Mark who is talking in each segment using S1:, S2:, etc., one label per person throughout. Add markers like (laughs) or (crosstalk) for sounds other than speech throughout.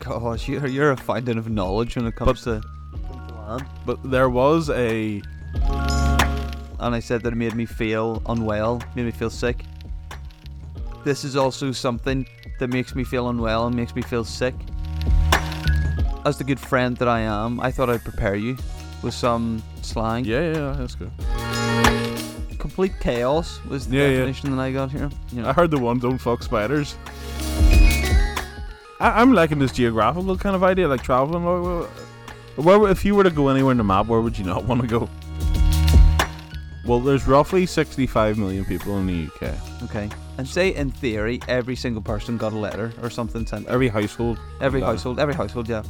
S1: about horse. You're, you're a fountain of knowledge when it comes to.
S2: But there was a
S1: And I said that it made me feel unwell, made me feel sick. This is also something that makes me feel unwell and makes me feel sick. As the good friend that I am, I thought I'd prepare you with some slang.
S2: yeah, yeah, yeah, that's good.
S1: Complete chaos was the
S2: Yeah, yeah.
S1: definition that I got here. You know,
S2: I heard the one don't fuck spiders. I, I'm liking this geographical kind of idea, like traveling. Where, where- where, would- if you were to go anywhere in the map, where would you not want to go? Well, there's roughly 65 million people in the UK.
S1: okay. And say in theory, every single person got a letter or something sent
S2: Every household.
S1: Every
S2: Yeah.
S1: household, every household, yeah.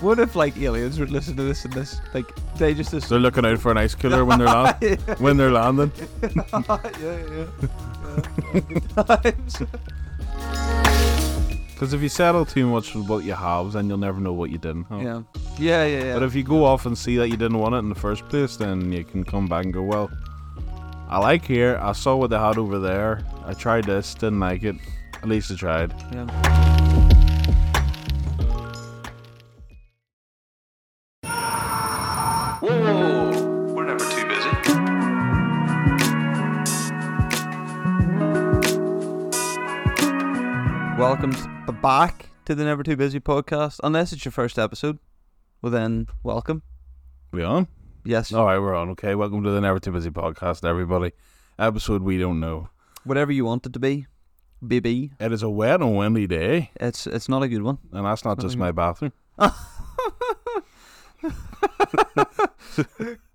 S1: What if like aliens would listen to this and this, like they just
S2: They're (laughs)
S1: assume?
S2: looking out for an ice killer
S1: (laughs)
S2: when they're land,
S1: yeah,
S2: when they're landing.
S1: yeah, yeah. yeah. Good times.
S2: Because if you settle too much with what you have, then you'll never know what you didn't
S1: (laughs)
S2: have.
S1: yeah, yeah, yeah, yeah.
S2: But if you go off and see that you didn't want it in the first place, then you can come back and go, well, I like here. I saw what they had over there. I tried this, didn't like it. At least I tried.
S1: yeah.
S3: Whoa, we're never too busy.
S1: Welcome to back to the Never Too Busy podcast. Unless it's your first episode, well then welcome.
S2: We on?
S1: Yes,
S2: All right, we're on. Okay, welcome to the Never Too Busy podcast, everybody. Episode we don't know.
S1: whatever you want it to be, BB.
S2: It is a wet and windy day,
S1: It's it's not a good one. (laughs)
S2: and that's not just my bathroom.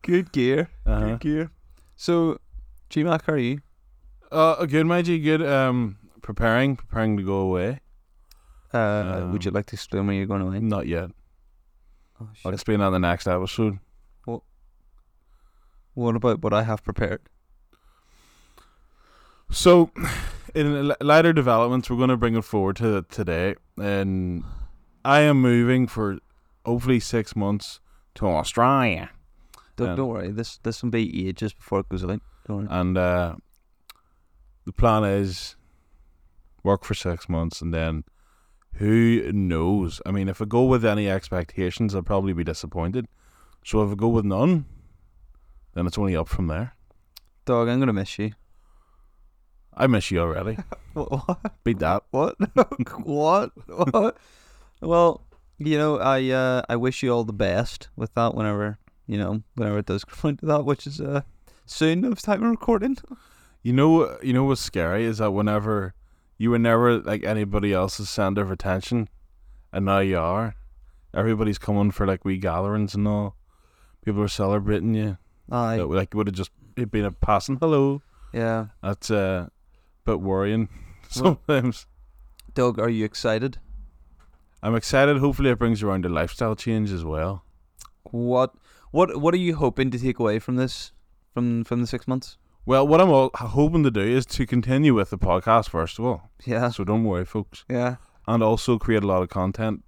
S1: Good gear,
S2: Uh-huh.
S1: good gear. So, Gmac, how are you?
S2: Uh, good, my G. Good. Um, preparing, preparing to go away.
S1: Uh, would you
S2: Um,
S1: like to explain where you're going away?
S2: Not yet.
S1: Oh,
S2: I'll
S1: shit.
S2: explain that in the next episode.
S1: What about what I have prepared?
S2: So, (sighs) in li- lighter developments, we're going to bring it forward to today, and I am moving for hopefully six months to Australia,
S1: Don't,
S2: Um,
S1: don't worry. This this will be ages before it goes out. Don't worry.
S2: and uh, the plan is work for six months, and then who knows? I mean, if I go with any expectations, I'll probably be disappointed. So if I go with none, then it's only up from there.
S1: Dog, I'm gonna miss you. (laughs)
S2: I miss you already.
S1: What?
S2: Beat that.
S1: What? (laughs) what? what? Well, you know, I uh, I wish you all the best with that. Whenever you know, whenever it does (laughs) come into that, which is uh, soon of time of recording.
S2: You know, you know what's scary is that whenever you were never like anybody else's center of attention, and now you are. Everybody's coming for like wee gatherings and all. People are celebrating you.
S1: Aye.
S2: That, like would have just it been a passing hello.
S1: Yeah.
S2: That's uh, a bit worrying (laughs)
S1: Well-
S2: sometimes.
S1: Dog, are you excited?
S2: I'm excited. Hopefully, it brings around a lifestyle change as well.
S1: What? What? What are you hoping to take away from this? From from the six months?
S2: Well, what I'm all hoping to do is to continue with the podcast first of all.
S1: Yeah.
S2: So don't worry, folks.
S1: (laughs) Yeah.
S2: and also create a lot of content.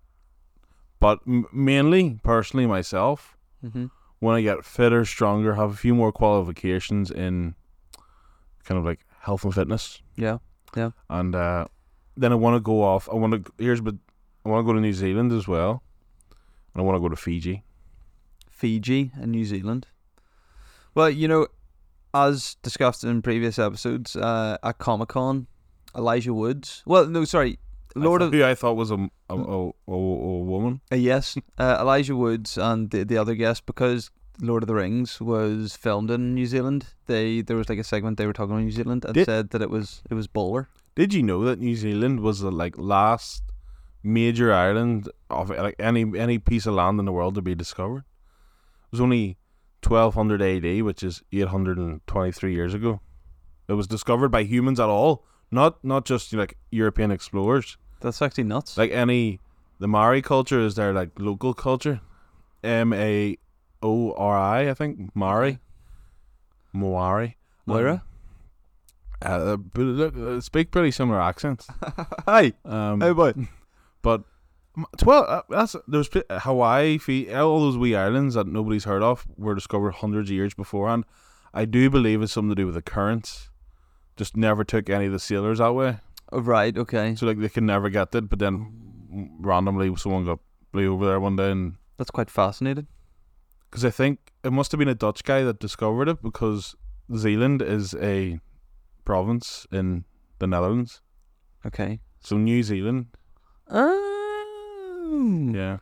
S2: But m- mainly, personally, myself,
S1: hmm
S2: when I get fitter, stronger, have a few more qualifications in kind of like health and fitness,
S1: Yeah.
S2: and uh, then I want to go off. I want to here's but I want to go to New Zealand as well, and I want to go to Fiji.
S1: Fiji and New Zealand. Well, you know, as discussed in previous episodes, uh, at Comic Con, Elijah Woods. Well, no, sorry, Lord
S2: I
S1: of
S2: thought- (laughs) who I thought was a m- a- a- a- a woman.
S1: uh, (laughs) yes, uh, Elijah Woods and the, the other guest because Lord of the Rings was filmed in New Zealand. They there was like a segment they were talking about New Zealand and
S2: Did-
S1: said that it was it was baller.
S2: Did you know that New Zealand was the like last major island of like any any piece of land in the world to be discovered? It was only 1200 AD, which is 823 years ago. It was discovered by humans at all, not not just you know, like European explorers.
S1: That's actually nuts.
S2: Like any the Maori culture is their like local culture. M A O R I, I think Maori, Maori.
S1: Moira,
S2: Uh, but look, uh, speak pretty similar accents.
S1: hi,
S2: Um,
S1: boy,
S2: But m- twelve. Uh, that's there's pl- Hawaii, Fiji, all those wee islands that nobody's heard of were discovered hundreds of years beforehand. I do believe it's something to do with the currents. Just never took any of the sailors that way,
S1: Oh, right, okay,
S2: so like they can never get it. But then randomly someone got blew over there one day and
S1: That's quite fascinating.
S2: because I think it must have been a Dutch guy that discovered it because Zeeland is a province in the Netherlands.
S1: Okay.
S2: So New Zealand,
S1: Oh.
S2: yeah,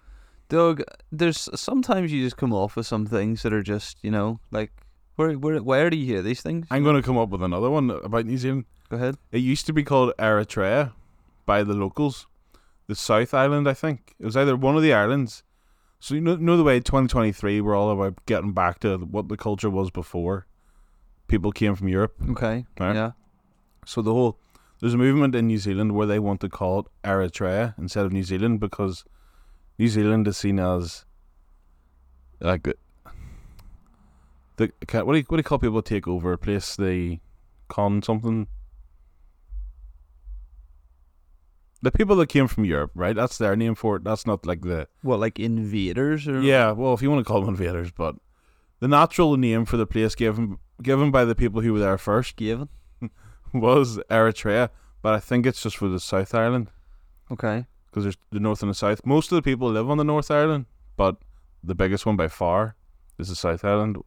S1: Doug, there's sometimes you just come off with some things that are just, you know, like where where where do you hear these things?
S2: I'm going to come up with another one about New Zealand.
S1: Go ahead.
S2: It used to be called Eritrea by the locals, the South Island, I think. It was either one of the islands. So you know, know the way 2023 we're all about getting back to what the culture was before. People came from Europe.
S1: Okay.
S2: Right.
S1: Yeah.
S2: So the whole there's a movement in New Zealand where they want to call it Eritrea instead of New Zealand because New Zealand is seen as like the, the ca- what do you what do you call people who take over a place the con something the people that came from Europe right that's their name for it that's not like the
S1: What like invaders or
S2: yeah, well, if you want to call them invaders, but the natural name for the place given given by the people who were there first
S1: Gavin?
S2: was Eritrea, but I think it's just for the South Island
S1: Okay.
S2: because there's the North and the South. Most of the people live on the North Island, but the biggest one by far is the South Island.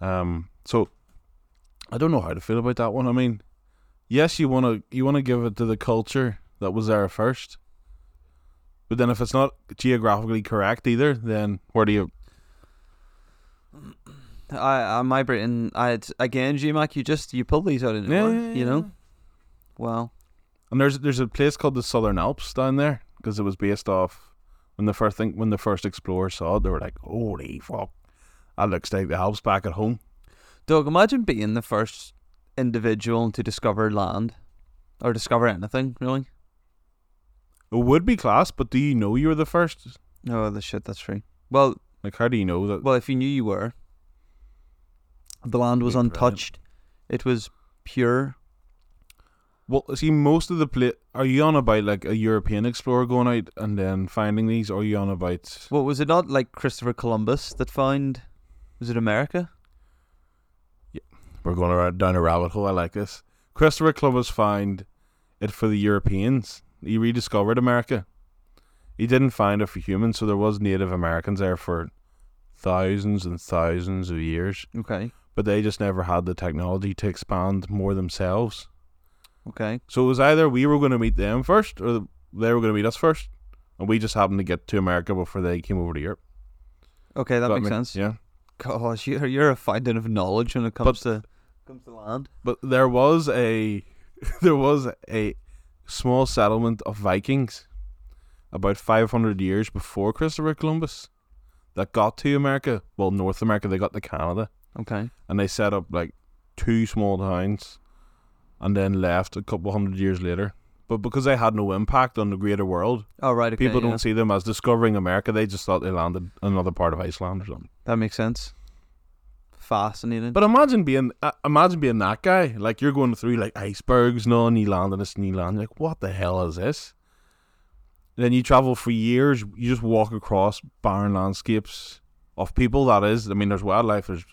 S2: Um, so I don't know how to feel about that one. I mean, yes, you want to you want to give it to the culture that was there first, but then if it's not geographically correct either, then where do you
S1: I, I my Britain I had again G Mac, you just you pull these out of nowhere, you know? Wow.
S2: And there's there's a place called the Southern Alps down there because it was based off when the first thing when the first explorers saw it, they were like, "Holy fuck, that looks like the Alps back at home."
S1: Doug, imagine being the first individual to discover land or discover anything, really.
S2: It would be class, but do you know you were the first?
S1: Oh, the shit, that's true. Well,
S2: Like, how do you know that?
S1: well, if you knew you were, the land was
S2: Yeah, brilliant.
S1: untouched. It was pure.
S2: Well, see, most of the pla- are you on about like a European explorer going out and then finding these? Or are you on about?
S1: Well, was it not like Christopher Columbus that found? Was it America?
S2: We're going around down a rabbit hole. I like this. Christopher Columbus found it for the Europeans. He rediscovered America. He didn't find it for humans, so there was Native Americans there for thousands and thousands of years.
S1: Okay,
S2: But they just never had the technology to expand more themselves.
S1: okay,
S2: So it was either we were going to meet them first, or they were going to meet us first, and we just happened to get to America before they came over to Europe.
S1: okay. That
S2: Got
S1: makes
S2: me?
S1: sense.
S2: Yeah.
S1: Gosh, you're you're a fountain of knowledge when it comes to comes to land.
S2: But there was a (laughs) there was a small settlement of Vikings about 500 years before Christopher Columbus that got to America, well North America, they got to Canada
S1: Okay,
S2: and they set up like two small towns and then left a couple hundred years later. But because they had no impact on the greater world,
S1: all right. Okay,
S2: people
S1: yeah.
S2: don't see them as discovering America. They just thought they landed in another part of Iceland or something.
S1: That makes sense. Fascinating.
S2: But imagine being uh, imagine being that guy. Like you're going through like icebergs and all, and you land on this and you land like what the hell is this? then you travel for years. You just walk across barren landscapes of people. That is, I mean, there's wildlife, there's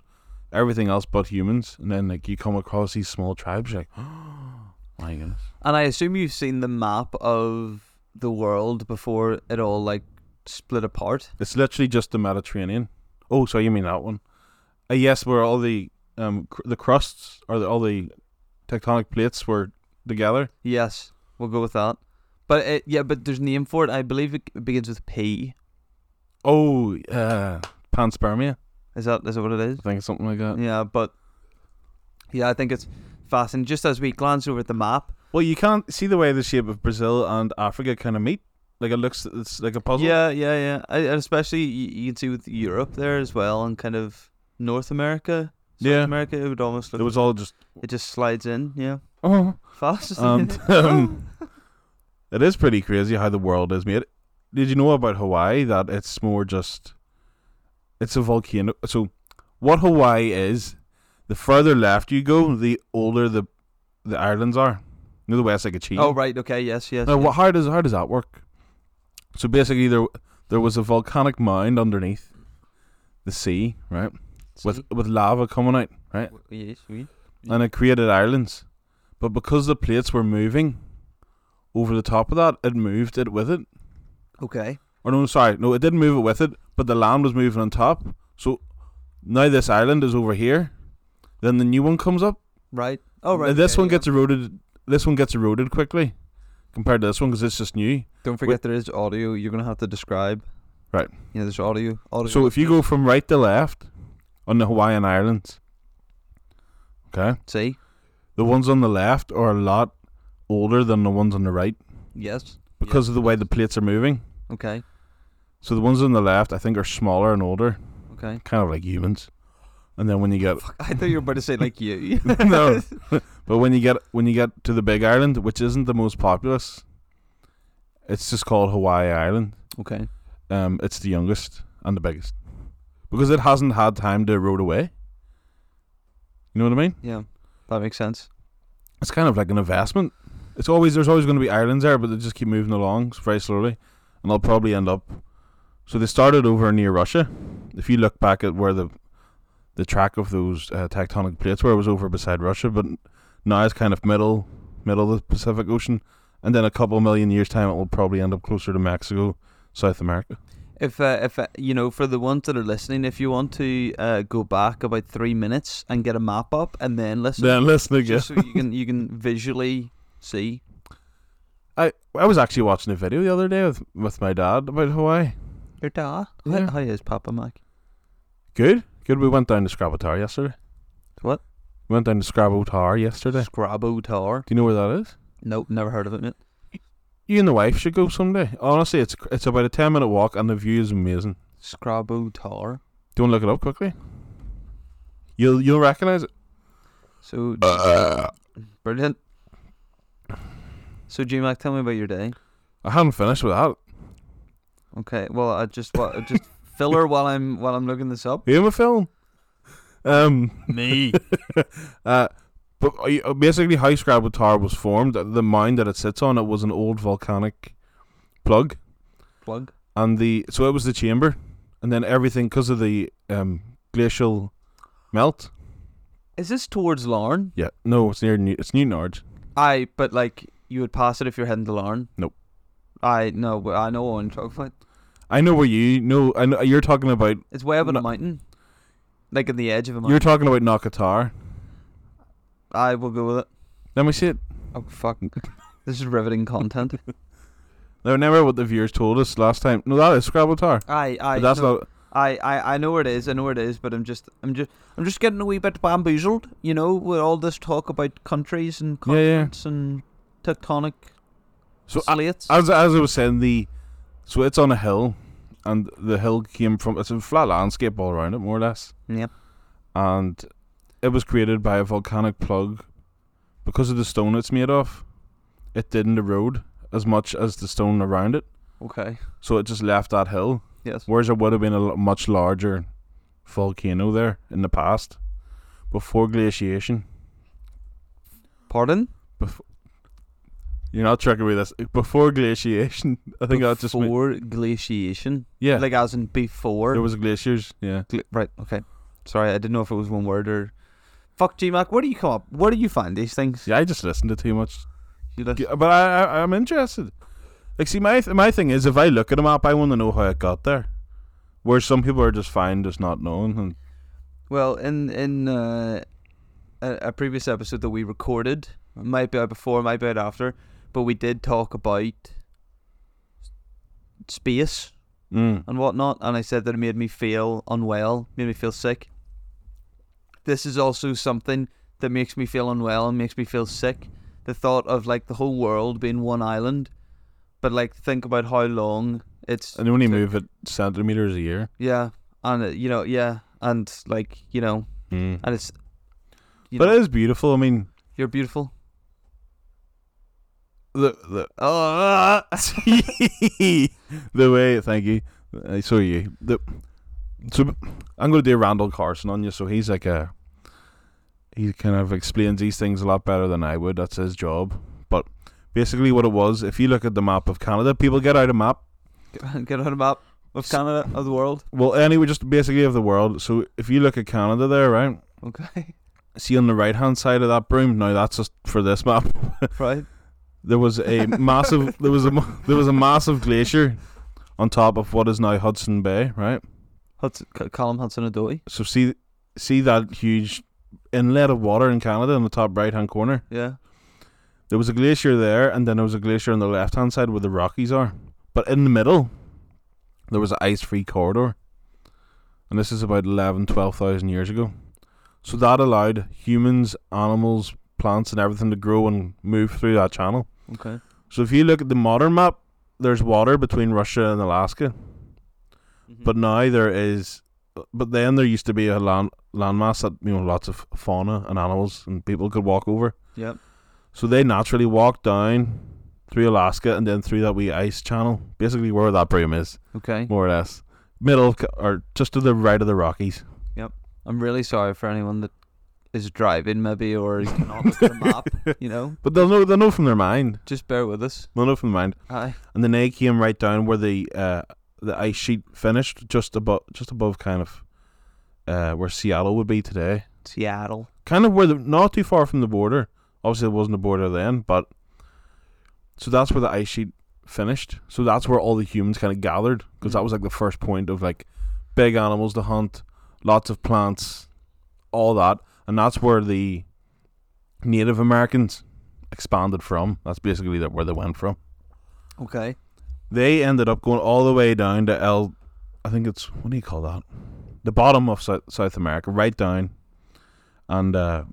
S2: everything else but humans. And then like you come across these small tribes, you're like, (gasps) oh, my goodness.
S1: And I assume you've seen the map of the world before it all like split apart.
S2: It's literally just the Mediterranean. Oh, so you mean that one? Uh, yes, where all the um cr- the crusts or the, all the tectonic plates were together.
S1: Yes, we'll go with that. But it, yeah, but there's a name for it. I believe it begins with P.
S2: Oh, uh, panspermia.
S1: Is that is that what it is?
S2: I think it's something like that.
S1: Yeah, but yeah, I think it's fascinating. Just as we glance over at the map,
S2: Well, you can't see the way the shape of Brazil and Africa kind of meet. Like it looks, it's like a puzzle.
S1: yeah, yeah, yeah, I, and especially you, you can see with Europe there as well, and kind of North America, South
S2: Yeah.
S1: America. It would almost look
S2: It was all just.
S1: it just slides in, yeah,
S2: Oh.
S1: fast.
S2: And,
S1: (laughs)
S2: um, (laughs) it is pretty crazy how the world is made. Did you know about Hawaii that it's more just. It's a volcano. So, what Hawaii is, the further left you go, the older the the islands are. You know the way it's like a cheat.
S1: oh right, okay, yes, yes.
S2: Now,
S1: yes.
S2: wha- how does how does that work? So basically, there there was a volcanic mound underneath the sea, right, with
S1: See?
S2: with lava coming out, right,
S1: W- yes, we.
S2: and it created islands. But because the plates were moving over the top of that, it moved it with it.
S1: Okay.
S2: Or no, sorry, no, it didn't move it with it, but the land was moving on top. So now this island is over here. Then the new one comes up.
S1: Right. Oh, right.
S2: and this
S1: okay,
S2: one
S1: yeah.
S2: gets eroded. This one gets eroded quickly compared to this one because it's just new.
S1: Don't forget there is audio. You're gonna have to describe.
S2: Right.
S1: Yeah, there's audio. Audio.
S2: So if you go from right to left on the Hawaiian Islands, okay,
S1: see.
S2: the ones on the left are a lot older than the ones on the right
S1: Yes.
S2: because of the way the plates are moving.
S1: Okay.
S2: So the ones on the left, I think, are smaller and older,
S1: Okay. (laughs)
S2: kind of like humans. And then when you get
S1: I thought you were about to say like you.
S2: (laughs) no, but when you get when you get to the Big Island, which isn't the most populous, it's just called Hawaii Island.
S1: (laughs) okay.
S2: Um, it's the youngest and the biggest because it hasn't had time to erode away. You know what I mean?
S1: Yeah. That makes sense.
S2: It's kind of like an investment. It's always there's always going to be islands there, but they just keep moving along s- very slowly, and they'll probably end up. So they started over near Russia. If you look back at where the the track of those uh, tectonic plates were, it was over beside Russia, but now it's kind of middle middle of the Pacific Ocean, and then a couple million years time, it will probably end up closer to Mexico, South America.
S1: If uh, if uh, you know, for the ones that are listening, if you want to uh, go back about three minutes and get a map up and then listen,
S2: Then listen again.
S1: just so you can you can (laughs) visually see.
S2: I I was actually watching a video the other day with with my dad about Hawaii.
S1: Your dad.
S2: Yeah.
S1: Hi, is Papa Mac?
S2: Good, good. We went down to Scrabble Tower yesterday.
S1: What?
S2: We went down to Scrabble Tower yesterday.
S1: Scrabble Tower.
S2: Do you know where that is?
S1: Nope, never heard of it, mate.
S2: You and the wife should go someday. Honestly, it's it's about a ten minute walk and the view is amazing.
S1: Scrabble Tower.
S2: Do you want to look it up quickly? You'll you'll recognize it.
S1: So brilliant. So G Mac, tell me about your day.
S2: I haven't finished with that.
S1: Okay. Well, I just wa- I
S2: (laughs)
S1: just filler while I'm while I'm looking this up.
S2: Hear my film. Um,
S1: Me.
S2: uh, but are you- uh, basically, how Scrabble Tower was formed, uh, the mound that it sits on, it was an old volcanic plug,
S1: Plug.
S2: and the so it was the chamber, and then everything because of the um glacial melt.
S1: Is this towards Larn?
S2: Yeah, no, it's near New, it's Newton Arch.
S1: I. But like you would pass it if you're heading to Larn.
S2: Nope.
S1: I no. but I know what I'm talking about.
S2: I know where you know. I know you're talking about
S1: It's way up in
S2: No.
S1: a mountain, like in the edge of a
S2: You're
S1: mountain.
S2: talking about Nakatar.
S1: I will go with it.
S2: Let me see it.
S1: Oh fuck.
S2: (laughs)
S1: this is riveting content.
S2: I remember what the viewers told us last time. No, that is Scrabble Tower.
S1: I. I.
S2: But that's
S1: no.
S2: not.
S1: I, I, I know where it is, I know where it is, but I'm just I'm just I'm just getting a wee bit bamboozled, you know, with all this talk about countries and
S2: Yeah, yeah.
S1: continents and tectonic
S2: So a-
S1: slates.
S2: as as I was saying, the so it's on a hill, and the hill came from it's a flat landscape all around it, more or less,
S1: yep.
S2: and it was created by a volcanic plug because of the stone it's made of. It didn't erode as much as the stone around it,
S1: Okay.
S2: so it just left that hill.
S1: Yes.
S2: Whereas it would have been a lo- much larger volcano there in the past, before glaciation.
S1: Pardon?
S2: You're not tricking me with this. Before glaciation, (laughs) I think that just mean,
S1: before glaciation.
S2: yeah.
S1: Like as in before.
S2: there was glaciers. Yeah.
S1: gla- right. Okay. Sorry, I didn't know if it was one word or. Fuck G Mac. Where do you come up? Where do you find these things?
S2: Yeah, I just listened to too much,
S1: You list-
S2: Yeah, but I, I I'm interested. Like, see, my th- my thing is, if I look at a map, I want to know how it got there. Where some people are just fine, just not knowing. And
S1: Well, in in uh, a, a previous episode that we recorded, might be out before, might be out after, but we did talk about space
S2: mm,
S1: and whatnot, and I said that it made me feel unwell, made me feel sick. This is also something that makes me feel unwell and makes me feel sick. The thought of like the whole world being one island, but like think about how long it's
S2: and they only move it centimeters a year.
S1: yeah, and uh, you know yeah, and like you know,
S2: Mm.
S1: and it's. You
S2: But
S1: know,
S2: it is beautiful. I mean,
S1: You're beautiful.
S2: the the the (laughs) way. Thank you. Uh, so are you the so I'm going to do Randall Carson on you. So he's like a he kind of explains these things a lot better than I would. That's his job. But basically, what it was, if you look at the map of Canada, people get out a map.
S1: Get (laughs) on a map of Canada, of the world. (laughs)
S2: Well, anyway, just basically of the world. So if you look at Canada there, right?
S1: Okay.
S2: See on the right hand side of that broom. Now that's just for this map.
S1: Right.
S2: There was a massive. There was a ma- there was a massive glacier on top of what is now Hudson Bay, right?
S1: Hudson, C- Callum Hudson Odoi.
S2: So see see that huge inlet of water in Canada in the top right hand corner.
S1: Yeah.
S2: There was a glacier there, and then there was a glacier on the left hand side where the Rockies are. But in the middle, there was an ice free corridor. And this is about 11, 12,000 years ago. So that allowed humans, animals, plants, and everything to grow and move through that channel.
S1: Okay.
S2: So if you look at the modern map, there's water between Russia and Alaska. But now there is, but then there used to be a land landmass that you know lots of fauna and animals and people could walk over.
S1: Yep.
S2: So they naturally walked down through Alaska and then through that wee ice channel, basically where that broom is,
S1: Okay.
S2: more or less, middle of, Ca- or just to the right of the Rockies.
S1: I'm really sorry for anyone that is driving maybe or cannot look
S2: (laughs)
S1: at a map. You know,
S2: But they'll know they'll know from their mind.
S1: just bear with us.
S2: They'll know from their mind.
S1: Hi.
S2: And then they came right down where the uh, the ice sheet finished, just above just above kind of uh, where Seattle would be today.
S1: Seattle.
S2: kind of where the not too far from the border. Obviously, it wasn't a border then, but so that's where the ice sheet finished. So that's where all the humans kind of gathered because that was like the first point of like big animals to hunt, lots of plants, all that, and that's where the Native Americans expanded from. That's basically that where they went from.
S1: Okay.
S2: They ended up going all the way down to El, I think it's what do you call that? The bottom of South, South America, right down, and uh,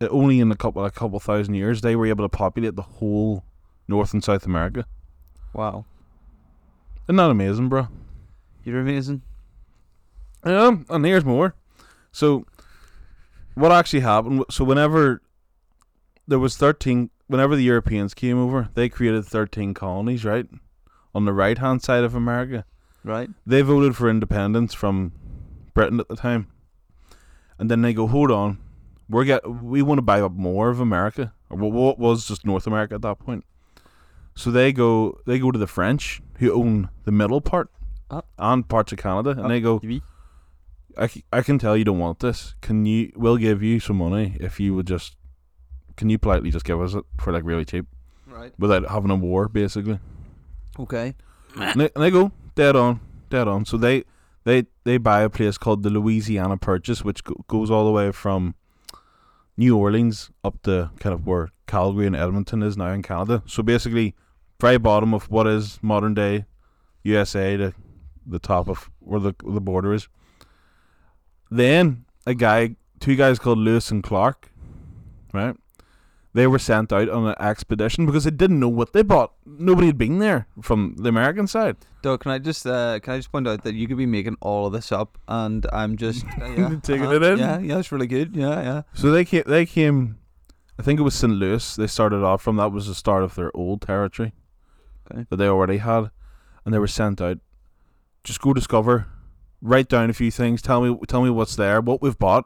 S2: it- only in a couple a couple thousand years they were able to populate the whole North and South America.
S1: Wow.
S2: Isn't that amazing, bro?
S1: You're amazing.
S2: Yeah, and here's more. So, what actually happened? w- So, whenever there was thirteen, whenever the Europeans came over, they created thirteen colonies, right, on the right hand side of America.
S1: Right.
S2: they voted for independence from Britain at the time, and then they go, hold on, we're get we want to buy up more of America or what, what was just North America at that point. So they go they go to the French who own the middle part
S1: Up.
S2: and parts of Canada, and they go,
S1: Yee.
S2: I, c- I can tell you don't want this. Can you? We'll give you some money if you would just. Can you politely just give us it for like really cheap
S1: Right.
S2: without having a war, basically?
S1: Okay.
S2: and they, and they go dead on, dead on. So they they they buy a place called the Louisiana Purchase, which go, goes all the way from New Orleans up to kind of where Calgary and Edmonton is now in Canada. So basically, very bottom of what is modern day USA to the top of where the where the border is. Then a guy, two guys called Lewis and Clark, right? They were sent out on an expedition because they didn't know what they bought. Nobody had been there from the American side.
S1: Doug, can I just uh, can I just point out that you could be making all of this up, and I'm just uh, yeah,
S2: Taking
S1: uh-huh,
S2: it in.
S1: Yeah, yeah, it's really good. Yeah, yeah.
S2: So they came. They came. I think it was St. Louis. They started off from. That was the start of their old territory
S1: Okay.
S2: that they already had, and they were sent out. Just go discover. Write down a few things. Tell me. Tell me what's there. What we've bought.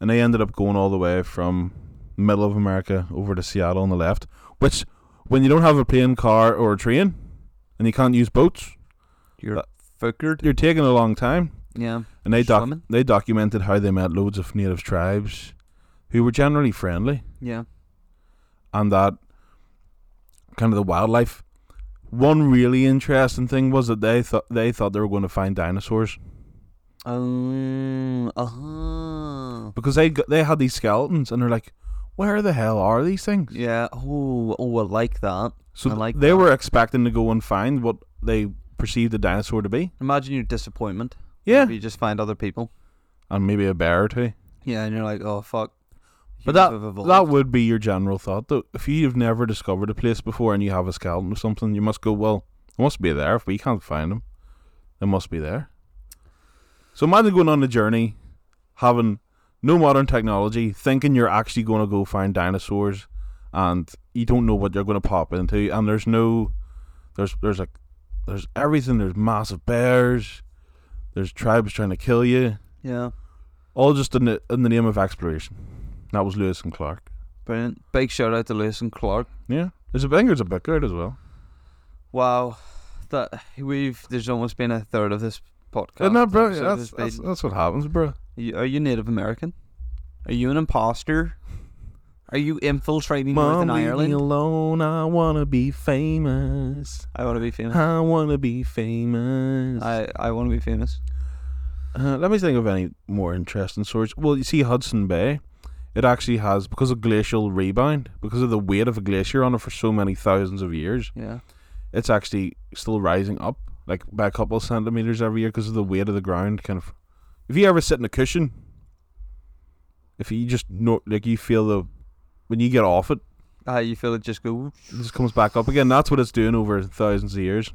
S2: And they ended up going all the way from middle of America over to Seattle on the left. Which, when you don't have a plane, car, or a train, and you can't use boats,
S1: You're
S2: Uh,
S1: fuckered.
S2: you're taking a long time.
S1: Yeah.
S2: And they doc-
S1: Swimming.
S2: they documented how they met loads of native tribes, who were generally friendly.
S1: Yeah.
S2: and that kind of the wildlife. One really interesting thing was that they thought they thought they were going to find dinosaurs
S1: Um. Uh huh.
S2: because they got, they had these skeletons and they're like, where the hell are these things?
S1: Yeah. Oh. Oh, I like that.
S2: so
S1: I
S2: th-
S1: like
S2: they
S1: that.
S2: were expecting to go and find what they perceived a dinosaur to be.
S1: Imagine your disappointment.
S2: Yeah,
S1: whenever You just find other people.
S2: and maybe a bear or two.
S1: Yeah, and you're like, oh fuck. Humans
S2: But that
S1: have
S2: that
S1: evolved.
S2: would be your general thought though. If you've never discovered a place before and you have a skeleton or something, you must go. Well, it must be there. If we can't find them, it must be there. So imagine going on a journey, having no modern technology, thinking you're actually going to go find dinosaurs, and you don't know what you're going to pop into, and there's no, there's there's like, there's everything. There's massive bears, there's tribes trying to kill you,
S1: yeah.
S2: all just in the in the name of exploration. That was Lewis and Clark.
S1: Brilliant. Big shout out to Lewis and Clark.
S2: Yeah, there's a I think there's a book out as well.
S1: Wow. That we've there's almost been a third of this podcast.
S2: Isn't that bro?
S1: episode
S2: That's,
S1: has
S2: that's,
S1: been-
S2: that's what happens, bro.
S1: You- Are you Native American? Are you an imposter? Are you infiltrating
S2: Mom,
S1: Northern
S2: leave
S1: Ireland?
S2: me alone. I wanna be famous.
S1: I want to be
S2: (laughs)
S1: famous.
S2: I wanna be famous.
S1: I, I want to be famous.
S2: Uh, let me think of any more interesting stories. Well, you see Hudson Bay, it actually has because of glacial rebound, because of the weight of a glacier on it for so many thousands of years,
S1: Yeah.
S2: it's actually still rising up like by a couple of centimeters every year because of the weight of the ground. Kind of, if you ever sit in a cushion, if you just know, like you feel the when you get off it,
S1: Uh, you feel it just go.
S2: it just comes back up again. That's what it's doing over thousands of years.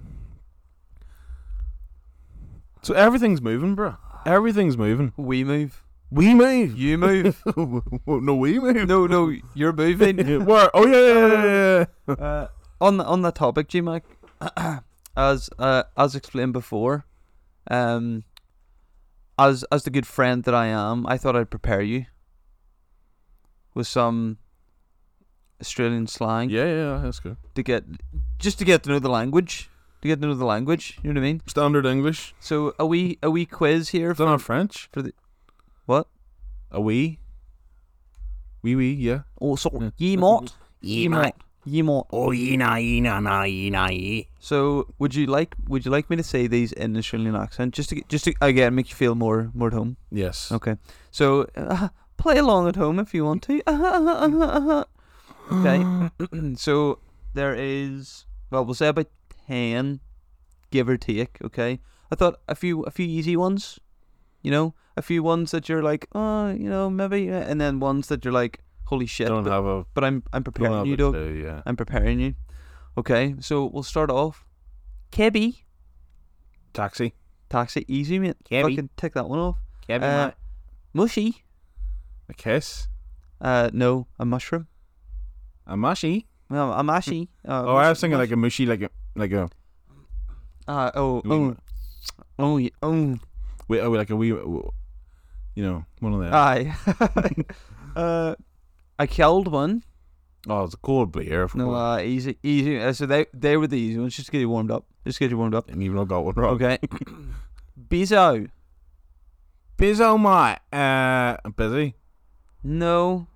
S2: So everything's moving, bro. Everything's moving.
S1: We move.
S2: We move. (laughs)
S1: You move.
S2: no, we
S1: (laughs)
S2: move.
S1: no, no, you're
S2: (laughs)
S1: moving.
S2: Where? Oh yeah, yeah, yeah, yeah.
S1: Uh, on the on that topic, G Mac, (clears throat) as uh, as explained before, um, as as the good friend that I am, I thought I'd prepare you with some Australian slang
S2: Yeah, yeah, yeah, that's good.
S1: to get just to get to know the language, to get to know the language. You know what I mean?
S2: Standard English.
S1: So a wee a wee quiz here.
S2: Is that not French?
S1: For the- what?
S2: A wee. Wee wee, yeah.
S1: Oh, sorry,
S2: Yeah.
S1: ye mot,
S4: Ye mot.
S1: ye mot.
S4: Oh, ye na, ye na, na, ye na, ye.
S1: So, would you like would you like me to say these in an Australian accent just to get- just to again make you feel more more at home?
S2: Yes.
S1: Okay. So, uh, play along at home if you want to. okay. (laughs) so there is well, we'll say about ten, give or take. Okay. I thought a few a few easy ones, you know, a few ones that you're like, oh, you know, maybe, uh," and then ones that you're like, holy shit.
S2: Don't
S1: but,
S2: have a.
S1: but I'm I'm
S2: Don't
S1: preparing
S2: have
S1: you,
S2: a
S1: dog.
S2: clue, yeah.
S1: I'm preparing you. Okay, so we'll start off. Kebby,
S2: Taxi.
S1: taxi, easy mate.
S4: Kebby.
S1: Fucking tick that one off.
S4: Kevin,
S1: Uh,
S4: mate.
S1: mushy.
S2: A kiss.
S1: Uh, no, a mushroom.
S2: A mushy.
S1: No, a mashy. Uh,
S2: Oh, I was thinking like a mushy, like a like a
S1: Uh, oh, oh,
S2: Doing
S1: oh, yeah, oh.
S2: wee, oh, like a wee, you know, one of them.
S1: Aye. (laughs) uh, I killed one.
S2: oh, it's a cold beer. Of
S1: No,
S2: course.
S1: uh, easy, easy. Uh, so they they were the easy ones, just to get you warmed up. Just to get you warmed up.
S2: and even I got one wrong.
S1: Okay.
S2: (coughs)
S1: Bizzo.
S2: Busy, mate. Uh, busy.
S1: No,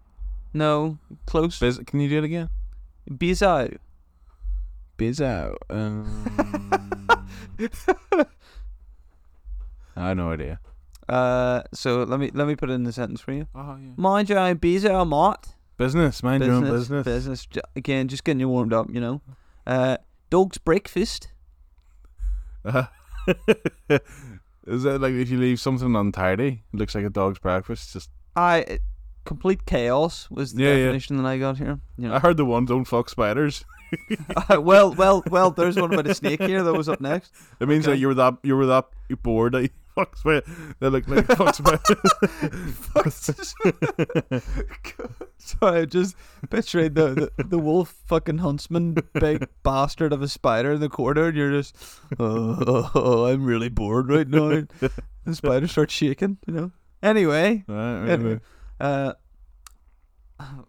S1: no, close.
S2: Busy. Can you do it again?
S1: Bizzo.
S2: (laughs) Bizzo. Um, I have no idea.
S1: Uh, so let me let me put it in a sentence for you.
S2: Oh yeah.
S1: Mind your own bizzo, mate.
S2: Business, mind your own business.
S1: business. Ju- Again, just getting you warmed up, you know. Uh, dog's breakfast.
S2: (laughs) Is that like if you leave something untidy, it looks like a dog's breakfast? Just
S1: I uh, complete chaos was the
S2: Yeah, yeah.
S1: definition that I got here. You (laughs)
S2: I heard the one don't fuck spiders. (laughs)
S1: know. well, well, well. There's one about a snake here that was up next. (laughs)
S2: It means that
S1: Okay.
S2: you were that you were that bored that you (laughs) fuck spiders. They look like
S1: (laughs)
S2: fuck (laughs) spiders.
S1: Sorry, I just pictured the, the the wolf fucking huntsman, big bastard of a spider in the corner, and you're just, (laughs) oh, oh, oh, (laughs) I'm really bored right (laughs) now. the spider starts shaking, you know. Anyway,
S2: right, right,
S1: anyway,
S2: right.
S1: uh,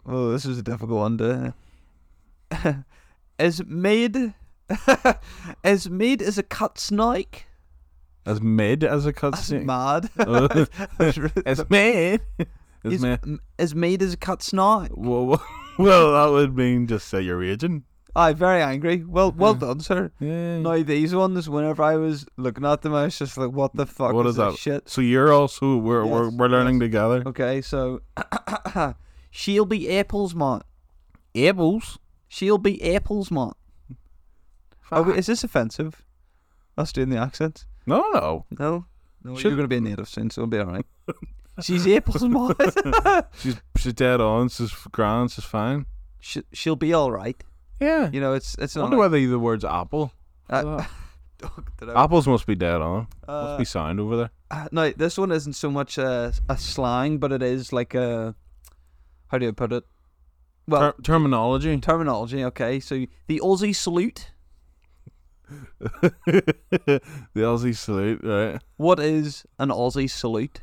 S1: oh, this is a difficult one to. as (laughs) made, as made as a cut snake.
S2: As mid as a
S1: That's
S2: cutscene.
S1: mad.
S2: Uh,
S1: That's re-
S2: (laughs) as mid. As
S1: is-
S2: mid.
S1: m- as made as a cut snake. (laughs)
S2: Well, well, (laughs) well, that would mean just say you're raging.
S1: Aye, very angry. Well, well done, sir.
S2: Yeah.
S1: Now these ones, whenever I was looking at them, I was just like, "What the fuck
S2: What
S1: is,
S2: is
S1: this
S2: that?
S1: shit?"
S2: So you're also we're we're,
S1: Yes,
S2: we're learning
S1: yes.
S2: together.
S1: Okay, so (coughs) she'll be apples, mate.
S2: Apples.
S1: She'll be apples, mate. Are we, is this offensive? Us doing the accent?
S2: No, no.
S1: No, no.
S2: Should-
S1: You're going to be a native soon, so it'll be all right. (laughs) She's apples, mate.
S2: She's she's dead on. She's f- grand. She's fine.
S1: she, she'll be all right.
S2: Yeah.
S1: You know, it's it's
S2: I
S1: not.
S2: wonder why they use the words apple.
S1: like-
S2: why-
S1: uh, (laughs) don't know.
S2: Apples must be dead on.
S1: Uh,
S2: Must be sound over there.
S1: Uh, no, this one isn't so much a, a slang, but it is like a how do you put it? Well,
S2: Ter- terminology. (laughs)
S1: terminology. Okay, so the Aussie salute.
S2: the Aussie salute, right?
S1: What is an Aussie salute?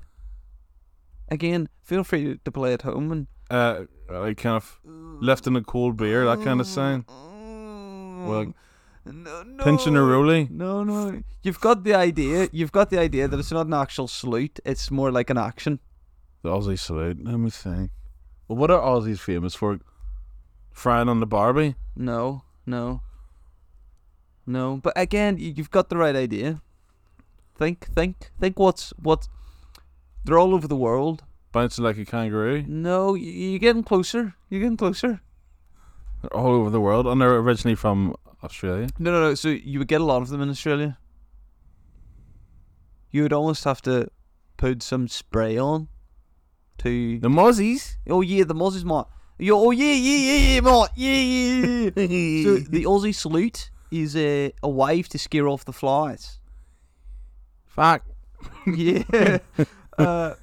S1: Again, feel free to play at home and
S2: Uh, like kind of lifting a cold beer, that kind of sound. Well,
S1: Mm. no, Oh, no,
S2: pinching a roly.
S1: No, no, you've got the idea. You've got the idea that it's not an actual salute. It's more like an action.
S2: The Aussie salute. Let me think. Well, what are Aussies famous for? Frying on the barbie.
S1: No, no, no. But again, y- you've got the right idea. Think, think, think. What's what? They're all over the world.
S2: Bouncing like a kangaroo.
S1: No, y- you're getting closer. You're getting closer.
S2: They're all over the world, and they're originally from Australia.
S1: No, no, no. So you would get a lot of them in Australia. You would almost have to put some spray on to. (laughs)
S2: The Mozzies.
S1: Oh yeah, the Mozzies, mate. Yo, oh yeah, yeah, yeah, yeah, mate. Yeah, yeah. yeah.
S2: (laughs)
S1: so the Aussie salute is a, a wave to scare off the flies.
S2: Fuck.
S1: Yeah. uh,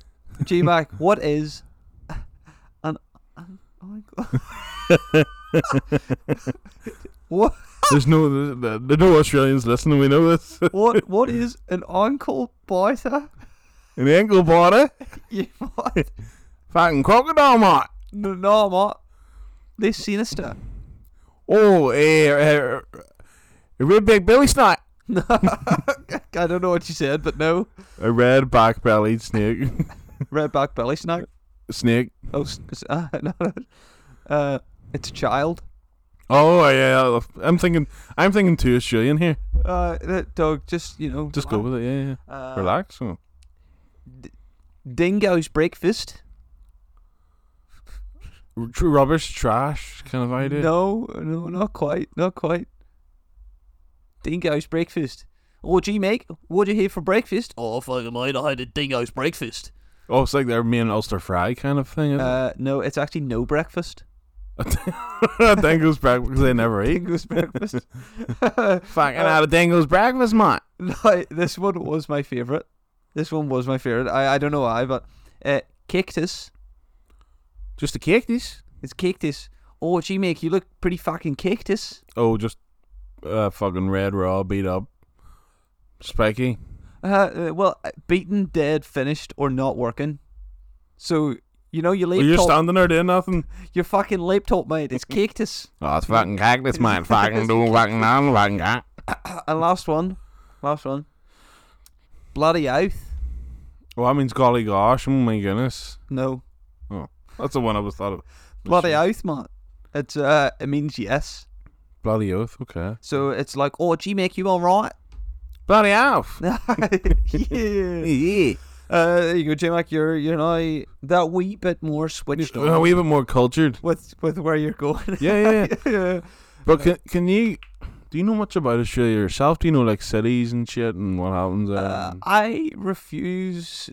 S1: G Mac, what is an? an- oh my god. what
S2: There's no, there's, there- there are no Australians listening. We know this. (laughs)
S1: what what is an ankle biter?
S2: An ankle biter.
S1: Yeah, what?
S2: eh? Fucking crocodile, mate.
S1: No, no, mate. They're sinister.
S2: Oh, eh, eh, a red back belly snake.
S1: No, I don't know what you said, but no.
S2: A red back bellied snake. (laughs)
S1: Red back belly snack.
S2: snake.
S1: Oh, s- s- uh, (laughs) no, no. Uh, it's a child.
S2: Oh yeah, I'm thinking. I'm thinking too Australian here.
S1: Uh, that dog just you know.
S2: Just go with it. Yeah, yeah.
S1: Uh,
S2: Relax. oh.
S1: Dingo's breakfast.
S2: R- True rubbish, trash kind of idea.
S1: No, no, not quite, not quite. Dingo's breakfast. Oh, gee, mate, what'd you have for breakfast? Oh, fucking mate, I had a dingo's breakfast.
S2: Oh, it's like their main Ulster fry kind of thing. Isn't
S1: Uh, no, it's actually no breakfast.
S2: it? (laughs) Dingo's breakfast because they never
S1: (laughs)
S2: eat.
S1: Dingo's
S2: (laughs)
S1: breakfast.
S2: Fucking out of Dingo's breakfast, mate.
S1: (laughs) no, this one was my favorite. This one was my favorite. I, I don't know why, but uh, cactus.
S2: Just a cactus.
S1: It's cactus. Oh, gee, mate, you look pretty fucking cactus.
S2: Oh, just uh, fucking red raw, beat up, spiky.
S1: Uh, uh, well, uh, beaten, dead, finished, or not working. So you know your
S2: Well,
S1: laptop,
S2: you're standing there doing nothing.
S1: your fucking laptop, mate. It's cactus.
S2: Oh, it's fucking cactus, man. Fucking do fucking on, fucking cat.
S1: Uh, and last one, last one. Bloody oath.
S2: Well, that means golly gosh. Oh my goodness.
S1: No,
S2: Oh, that's the one I was thought of.
S1: bloody oath, mate. It's uh, it means yes.
S2: Bloody oath. Okay.
S1: So it's like, oh, gee, make you all right. (laughs)
S2: Bloody oath.
S1: yeah.
S2: Yeah.
S1: Uh, there you go, J Mac. You're you're now that wee bit more switched
S2: We're a
S1: on
S2: wee bit more cultured.
S1: with with where you're going. (laughs) Uh,
S2: Yeah, yeah. (laughs) yeah.
S1: yeah.
S2: But can can you? Do you know much about Australia yourself? Do you know like cities and shit and what happens there?
S1: Uh,
S2: and-
S1: I refuse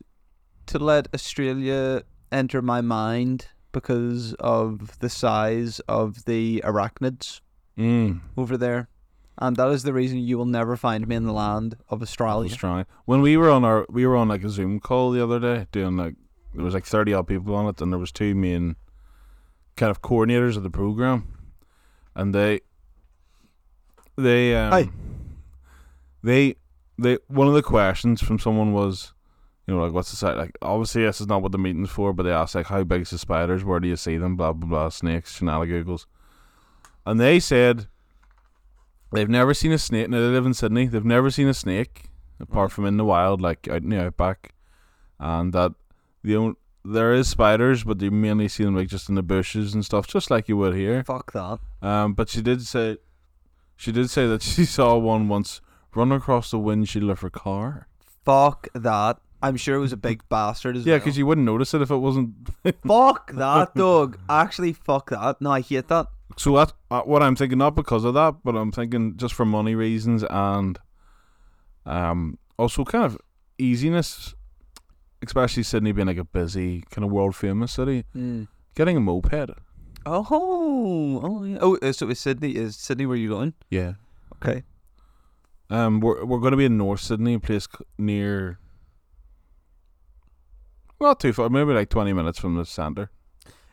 S1: to let Australia enter my mind because of the size of the arachnids
S2: mm,
S1: over there. And that is the reason you will never find me in the land of Australia.
S2: Australia. When we were on our we were on like a Zoom call the other day doing like there was like thirty odd people on it and there was two main kind of coordinators of the program, and they they um,
S1: Aye.
S2: they they one of the questions from someone was. You know, like what's the site like? Obviously, this is not what the meeting's for, but they asked like, "How big's the spiders? Where do you see them?" Blah blah blah. Snakes, shenanigans, and they said they've never seen a snake. Now they live in Sydney. They've never seen a snake apart from in the wild, like out in the outback, and that the only, there is spiders, but you mainly see them like just in the bushes and stuff, just like you would here.
S1: Fuck that.
S2: Um, but she did say, she did say that (laughs) she saw one once run across the windshield of her car.
S1: Fuck that. I'm sure it was a big bastard as
S2: Yeah,
S1: well.
S2: because you wouldn't notice it if it wasn't. (laughs)
S1: Fuck that, dog. Actually, fuck that. No, I hate that.
S2: so that uh, what I'm thinking, not because of that, but I'm thinking just for money reasons and, um, also kind of easiness, especially Sydney being like a busy kind of world famous city. Getting a moped.
S1: Oh, oh, yeah. oh. uh, So it's Sydney. Is Sydney where you going?
S2: Yeah.
S1: Okay.
S2: Um, we're we're going to be in North Sydney, a place c- near. Not too far, maybe like twenty minutes from the centre,